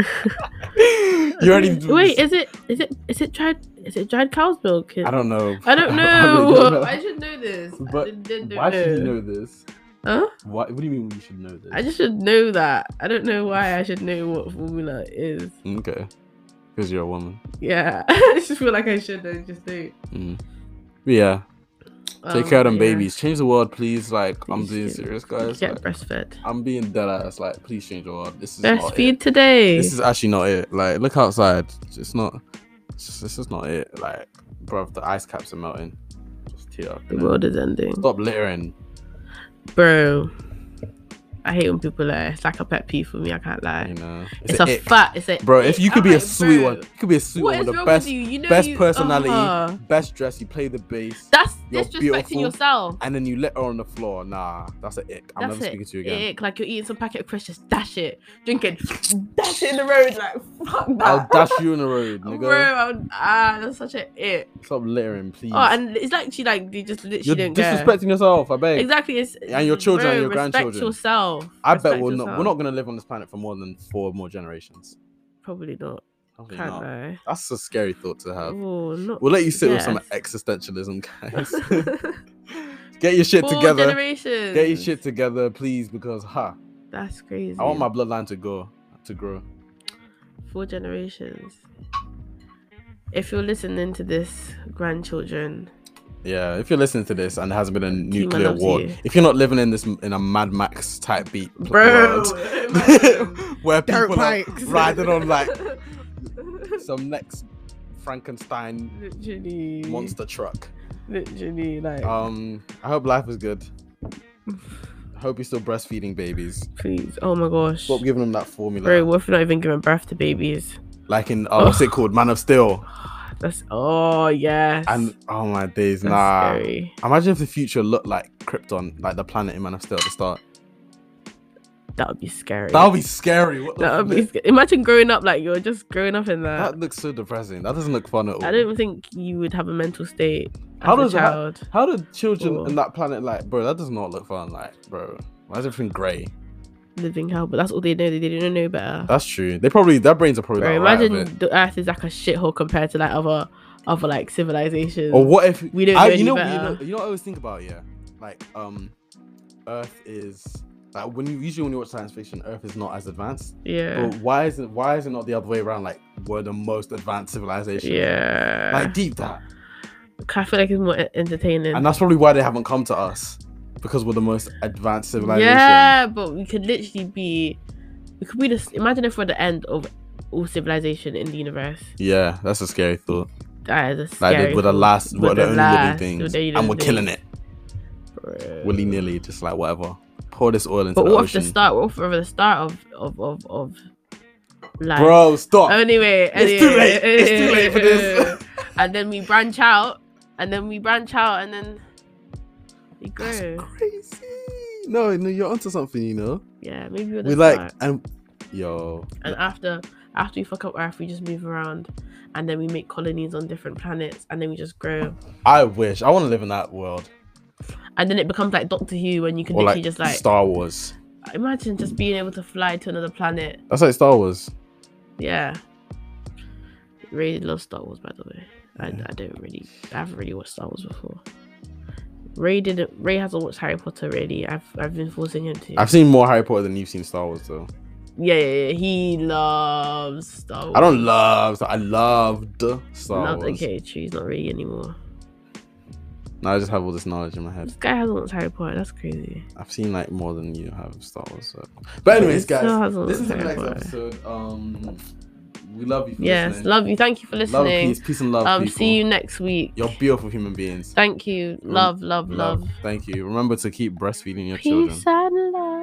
[SPEAKER 2] you already
[SPEAKER 1] Wait, is it is it is it dried is it dried cow's milk?
[SPEAKER 2] I don't know.
[SPEAKER 1] I don't
[SPEAKER 6] But
[SPEAKER 1] know.
[SPEAKER 6] I should know this.
[SPEAKER 2] But
[SPEAKER 6] I did,
[SPEAKER 2] Why should you
[SPEAKER 6] know?
[SPEAKER 2] know this?
[SPEAKER 1] Huh?
[SPEAKER 2] Why, what do you mean you should know this?
[SPEAKER 1] I just should know that. I don't know why I should know what formula is.
[SPEAKER 2] Okay. Because you're a woman.
[SPEAKER 1] Yeah, I just feel like I should know. Just do.
[SPEAKER 2] But yeah. Take care of them
[SPEAKER 1] yeah.
[SPEAKER 2] babies. Change the world, please. Like, I'm
[SPEAKER 1] Oh, Please
[SPEAKER 2] being
[SPEAKER 1] do.
[SPEAKER 2] serious, guys.
[SPEAKER 1] Get
[SPEAKER 2] Like,
[SPEAKER 1] breastfed.
[SPEAKER 2] I'm being dead ass. Like, please change the world. This is not it.
[SPEAKER 1] Breastfeed today.
[SPEAKER 2] This is actually not it. Like, look outside. It's not. It's just, this is not it. Like, bruv, the ice caps are melting. Just tear up.
[SPEAKER 1] the
[SPEAKER 2] innit?
[SPEAKER 1] world is ending,
[SPEAKER 2] Stop littering.
[SPEAKER 1] bro. I hate when people lie. It's like a pet peeve for me. I can't lie.
[SPEAKER 2] You know.
[SPEAKER 1] It's,
[SPEAKER 2] a
[SPEAKER 1] a
[SPEAKER 2] ick.
[SPEAKER 1] fact. It's a
[SPEAKER 2] Bro, if you could be a sweet one, you could be a sweet
[SPEAKER 1] What
[SPEAKER 2] one
[SPEAKER 1] is
[SPEAKER 2] with the
[SPEAKER 1] wrong
[SPEAKER 2] best,
[SPEAKER 1] with you? You know
[SPEAKER 2] best
[SPEAKER 1] you-
[SPEAKER 2] personality,
[SPEAKER 1] uh-huh.
[SPEAKER 2] best dress. You play the bass,
[SPEAKER 1] That's
[SPEAKER 2] You're
[SPEAKER 1] disrespecting
[SPEAKER 2] beautiful.
[SPEAKER 1] yourself.
[SPEAKER 2] and then you litter on the floor. Nah, that's an ick. I'm
[SPEAKER 1] That's
[SPEAKER 2] never
[SPEAKER 1] it.
[SPEAKER 2] speaking to you again.
[SPEAKER 1] Ick, Like you're eating some packet of crisps, just dash it, drink it, dash it in the road. Like fuck that.
[SPEAKER 2] I'll dash you in the road, nigga.
[SPEAKER 1] Bro, I would- ah, that's such an it.
[SPEAKER 2] Stop littering, please.
[SPEAKER 1] Oh, and it's actually like they just literally
[SPEAKER 2] You're
[SPEAKER 1] don't
[SPEAKER 2] disrespecting yourself. I beg.
[SPEAKER 1] care. Exactly. It's,
[SPEAKER 2] And your children and your
[SPEAKER 1] respect
[SPEAKER 2] grandchildren.
[SPEAKER 1] yourself.
[SPEAKER 2] I bet
[SPEAKER 1] Respect
[SPEAKER 2] we're not. We're
[SPEAKER 1] yourself.
[SPEAKER 2] not gonna live on this planet for more than four more generations.
[SPEAKER 1] Probably not.
[SPEAKER 2] Probably
[SPEAKER 1] Can't
[SPEAKER 2] not.
[SPEAKER 1] lie.
[SPEAKER 2] That's a scary thought to have.
[SPEAKER 1] Oh, not.
[SPEAKER 2] We'll let you sit with some
[SPEAKER 1] Yes.
[SPEAKER 2] existentialism, guys. Get your shit together.
[SPEAKER 1] generations.
[SPEAKER 2] Get your shit together, please, because ha,
[SPEAKER 1] That's crazy.
[SPEAKER 2] I want my bloodline to go to grow.
[SPEAKER 1] four generations. If you're listening to this, grandchildren,
[SPEAKER 2] Yeah, if you're listening to this and there hasn't been a nuclear
[SPEAKER 1] loves
[SPEAKER 2] war,
[SPEAKER 1] you.
[SPEAKER 2] if you're not living in this in a Mad Max type beat pl-
[SPEAKER 1] bro,
[SPEAKER 2] world, where people are riding on like some next Frankenstein
[SPEAKER 1] literally,
[SPEAKER 2] monster truck.
[SPEAKER 1] literally, like,
[SPEAKER 2] Um, I hope life is good. I hope you're still breastfeeding babies.
[SPEAKER 1] please, oh my gosh,
[SPEAKER 2] Stop giving them that formula.
[SPEAKER 1] bro, what if you're not even giving birth to babies?
[SPEAKER 2] Like in oh, what's it called, Man of Steel?
[SPEAKER 1] That's oh yes,
[SPEAKER 2] And oh my days,
[SPEAKER 1] That's
[SPEAKER 2] nah.
[SPEAKER 1] scary.
[SPEAKER 2] Imagine if the future looked like Krypton, like the planet in Man of Steel at the start.
[SPEAKER 1] That would be scary.
[SPEAKER 2] That would be scary. What the
[SPEAKER 1] That would be
[SPEAKER 2] flip?
[SPEAKER 1] sc- Imagine growing up like you're just growing up in that.
[SPEAKER 2] That looks so depressing. That doesn't look fun at all.
[SPEAKER 1] I don't think you would have a mental state
[SPEAKER 2] How
[SPEAKER 1] as
[SPEAKER 2] does
[SPEAKER 1] a
[SPEAKER 2] that-
[SPEAKER 1] child.
[SPEAKER 2] How do children
[SPEAKER 1] Or-
[SPEAKER 2] in that planet like, bro? That does not look fun, like, bro. Why is everything grey?
[SPEAKER 1] living hell, but that's all they know. They didn't know better.
[SPEAKER 2] That's true. They probably their brains are probably
[SPEAKER 1] Bro,
[SPEAKER 2] like, right of
[SPEAKER 1] imagine
[SPEAKER 2] it.
[SPEAKER 1] the Earth is like a shithole compared to like other other like civilizations.
[SPEAKER 2] Or what if
[SPEAKER 1] we don't know
[SPEAKER 2] I,
[SPEAKER 1] any
[SPEAKER 2] you know, you
[SPEAKER 1] better.
[SPEAKER 2] know, you know what I always think about, yeah. Like, um, Earth is like when you usually when you watch science fiction, Earth is not as advanced.
[SPEAKER 1] yeah,
[SPEAKER 2] But why isn't why is it not the other way around? Like, we're the most advanced civilization.
[SPEAKER 1] yeah.
[SPEAKER 2] Like deep that,
[SPEAKER 1] I feel like it's more e- entertaining.
[SPEAKER 2] and that's probably why they haven't come to us because we're the most advanced civilization.
[SPEAKER 1] yeah, but we could literally be, we could be this. Imagine if we're the end of all civilization in the universe.
[SPEAKER 2] Yeah, that's a scary thought.
[SPEAKER 1] That is a
[SPEAKER 2] Like
[SPEAKER 1] scary.
[SPEAKER 2] they, we're the
[SPEAKER 1] thought,
[SPEAKER 2] last, we're,
[SPEAKER 1] We're
[SPEAKER 2] the,
[SPEAKER 1] the
[SPEAKER 2] only
[SPEAKER 1] last,
[SPEAKER 2] living
[SPEAKER 1] we're
[SPEAKER 2] things,
[SPEAKER 1] the only
[SPEAKER 2] and we're
[SPEAKER 1] living
[SPEAKER 2] killing it
[SPEAKER 1] bro.
[SPEAKER 2] willy nilly, just like whatever. Pour this oil into
[SPEAKER 1] But
[SPEAKER 2] the
[SPEAKER 1] what if the
[SPEAKER 2] ocean,
[SPEAKER 1] start? What if we're the start of of of of life?
[SPEAKER 2] bro. Stop.
[SPEAKER 1] Oh, Anyway,
[SPEAKER 2] It's too
[SPEAKER 1] anyway,
[SPEAKER 2] late. It's too late for this.
[SPEAKER 1] and then we branch out, and then we branch out, and then we
[SPEAKER 2] That's
[SPEAKER 1] grow.
[SPEAKER 2] crazy. No, no, you're onto something. You know,
[SPEAKER 1] Yeah, maybe we're the
[SPEAKER 2] we like
[SPEAKER 1] start.
[SPEAKER 2] and yo,
[SPEAKER 1] and after After we fuck up Earth, we just move around, and then we make colonies on different planets, and then we just grow.
[SPEAKER 2] I wish I want to live in that world
[SPEAKER 1] And then it becomes like Doctor Who, and you can
[SPEAKER 2] or
[SPEAKER 1] literally
[SPEAKER 2] like,
[SPEAKER 1] just like
[SPEAKER 2] Star Wars.
[SPEAKER 1] imagine just being able to fly to another planet.
[SPEAKER 2] That's like Star Wars.
[SPEAKER 1] Yeah. Really love Star Wars, by the way. I, I don't really, I haven't really watched Star Wars before. Ray didn't. Ray hasn't watched Harry Potter really. I've I've been forcing him to.
[SPEAKER 2] I've seen more Harry Potter than you've seen Star Wars though.
[SPEAKER 1] yeah, yeah, yeah, he loves Star Wars.
[SPEAKER 2] I don't love. I loved Star
[SPEAKER 1] Loved-
[SPEAKER 2] Wars.
[SPEAKER 1] Okay, true. He's not really anymore.
[SPEAKER 2] Now I just have all this knowledge in my head.
[SPEAKER 1] This guy hasn't watched Harry Potter. That's crazy.
[SPEAKER 2] I've seen like more than you have of Star Wars. So. But anyways,
[SPEAKER 1] He still
[SPEAKER 2] guys,
[SPEAKER 1] hasn't
[SPEAKER 7] This is
[SPEAKER 1] watched
[SPEAKER 7] the
[SPEAKER 1] Harry
[SPEAKER 7] next
[SPEAKER 1] Potter.
[SPEAKER 7] episode. Um, we love you for
[SPEAKER 1] Yes,
[SPEAKER 7] listening.
[SPEAKER 1] love you. Thank you for
[SPEAKER 2] love and
[SPEAKER 1] listening.
[SPEAKER 2] peace, peace and love.
[SPEAKER 1] um,
[SPEAKER 2] people.
[SPEAKER 1] see you next week.
[SPEAKER 2] You're beautiful human beings.
[SPEAKER 1] Thank you.
[SPEAKER 2] Mm,
[SPEAKER 1] Love, love, love.
[SPEAKER 2] Thank you. Remember to keep breastfeeding your children.
[SPEAKER 1] Peace and love.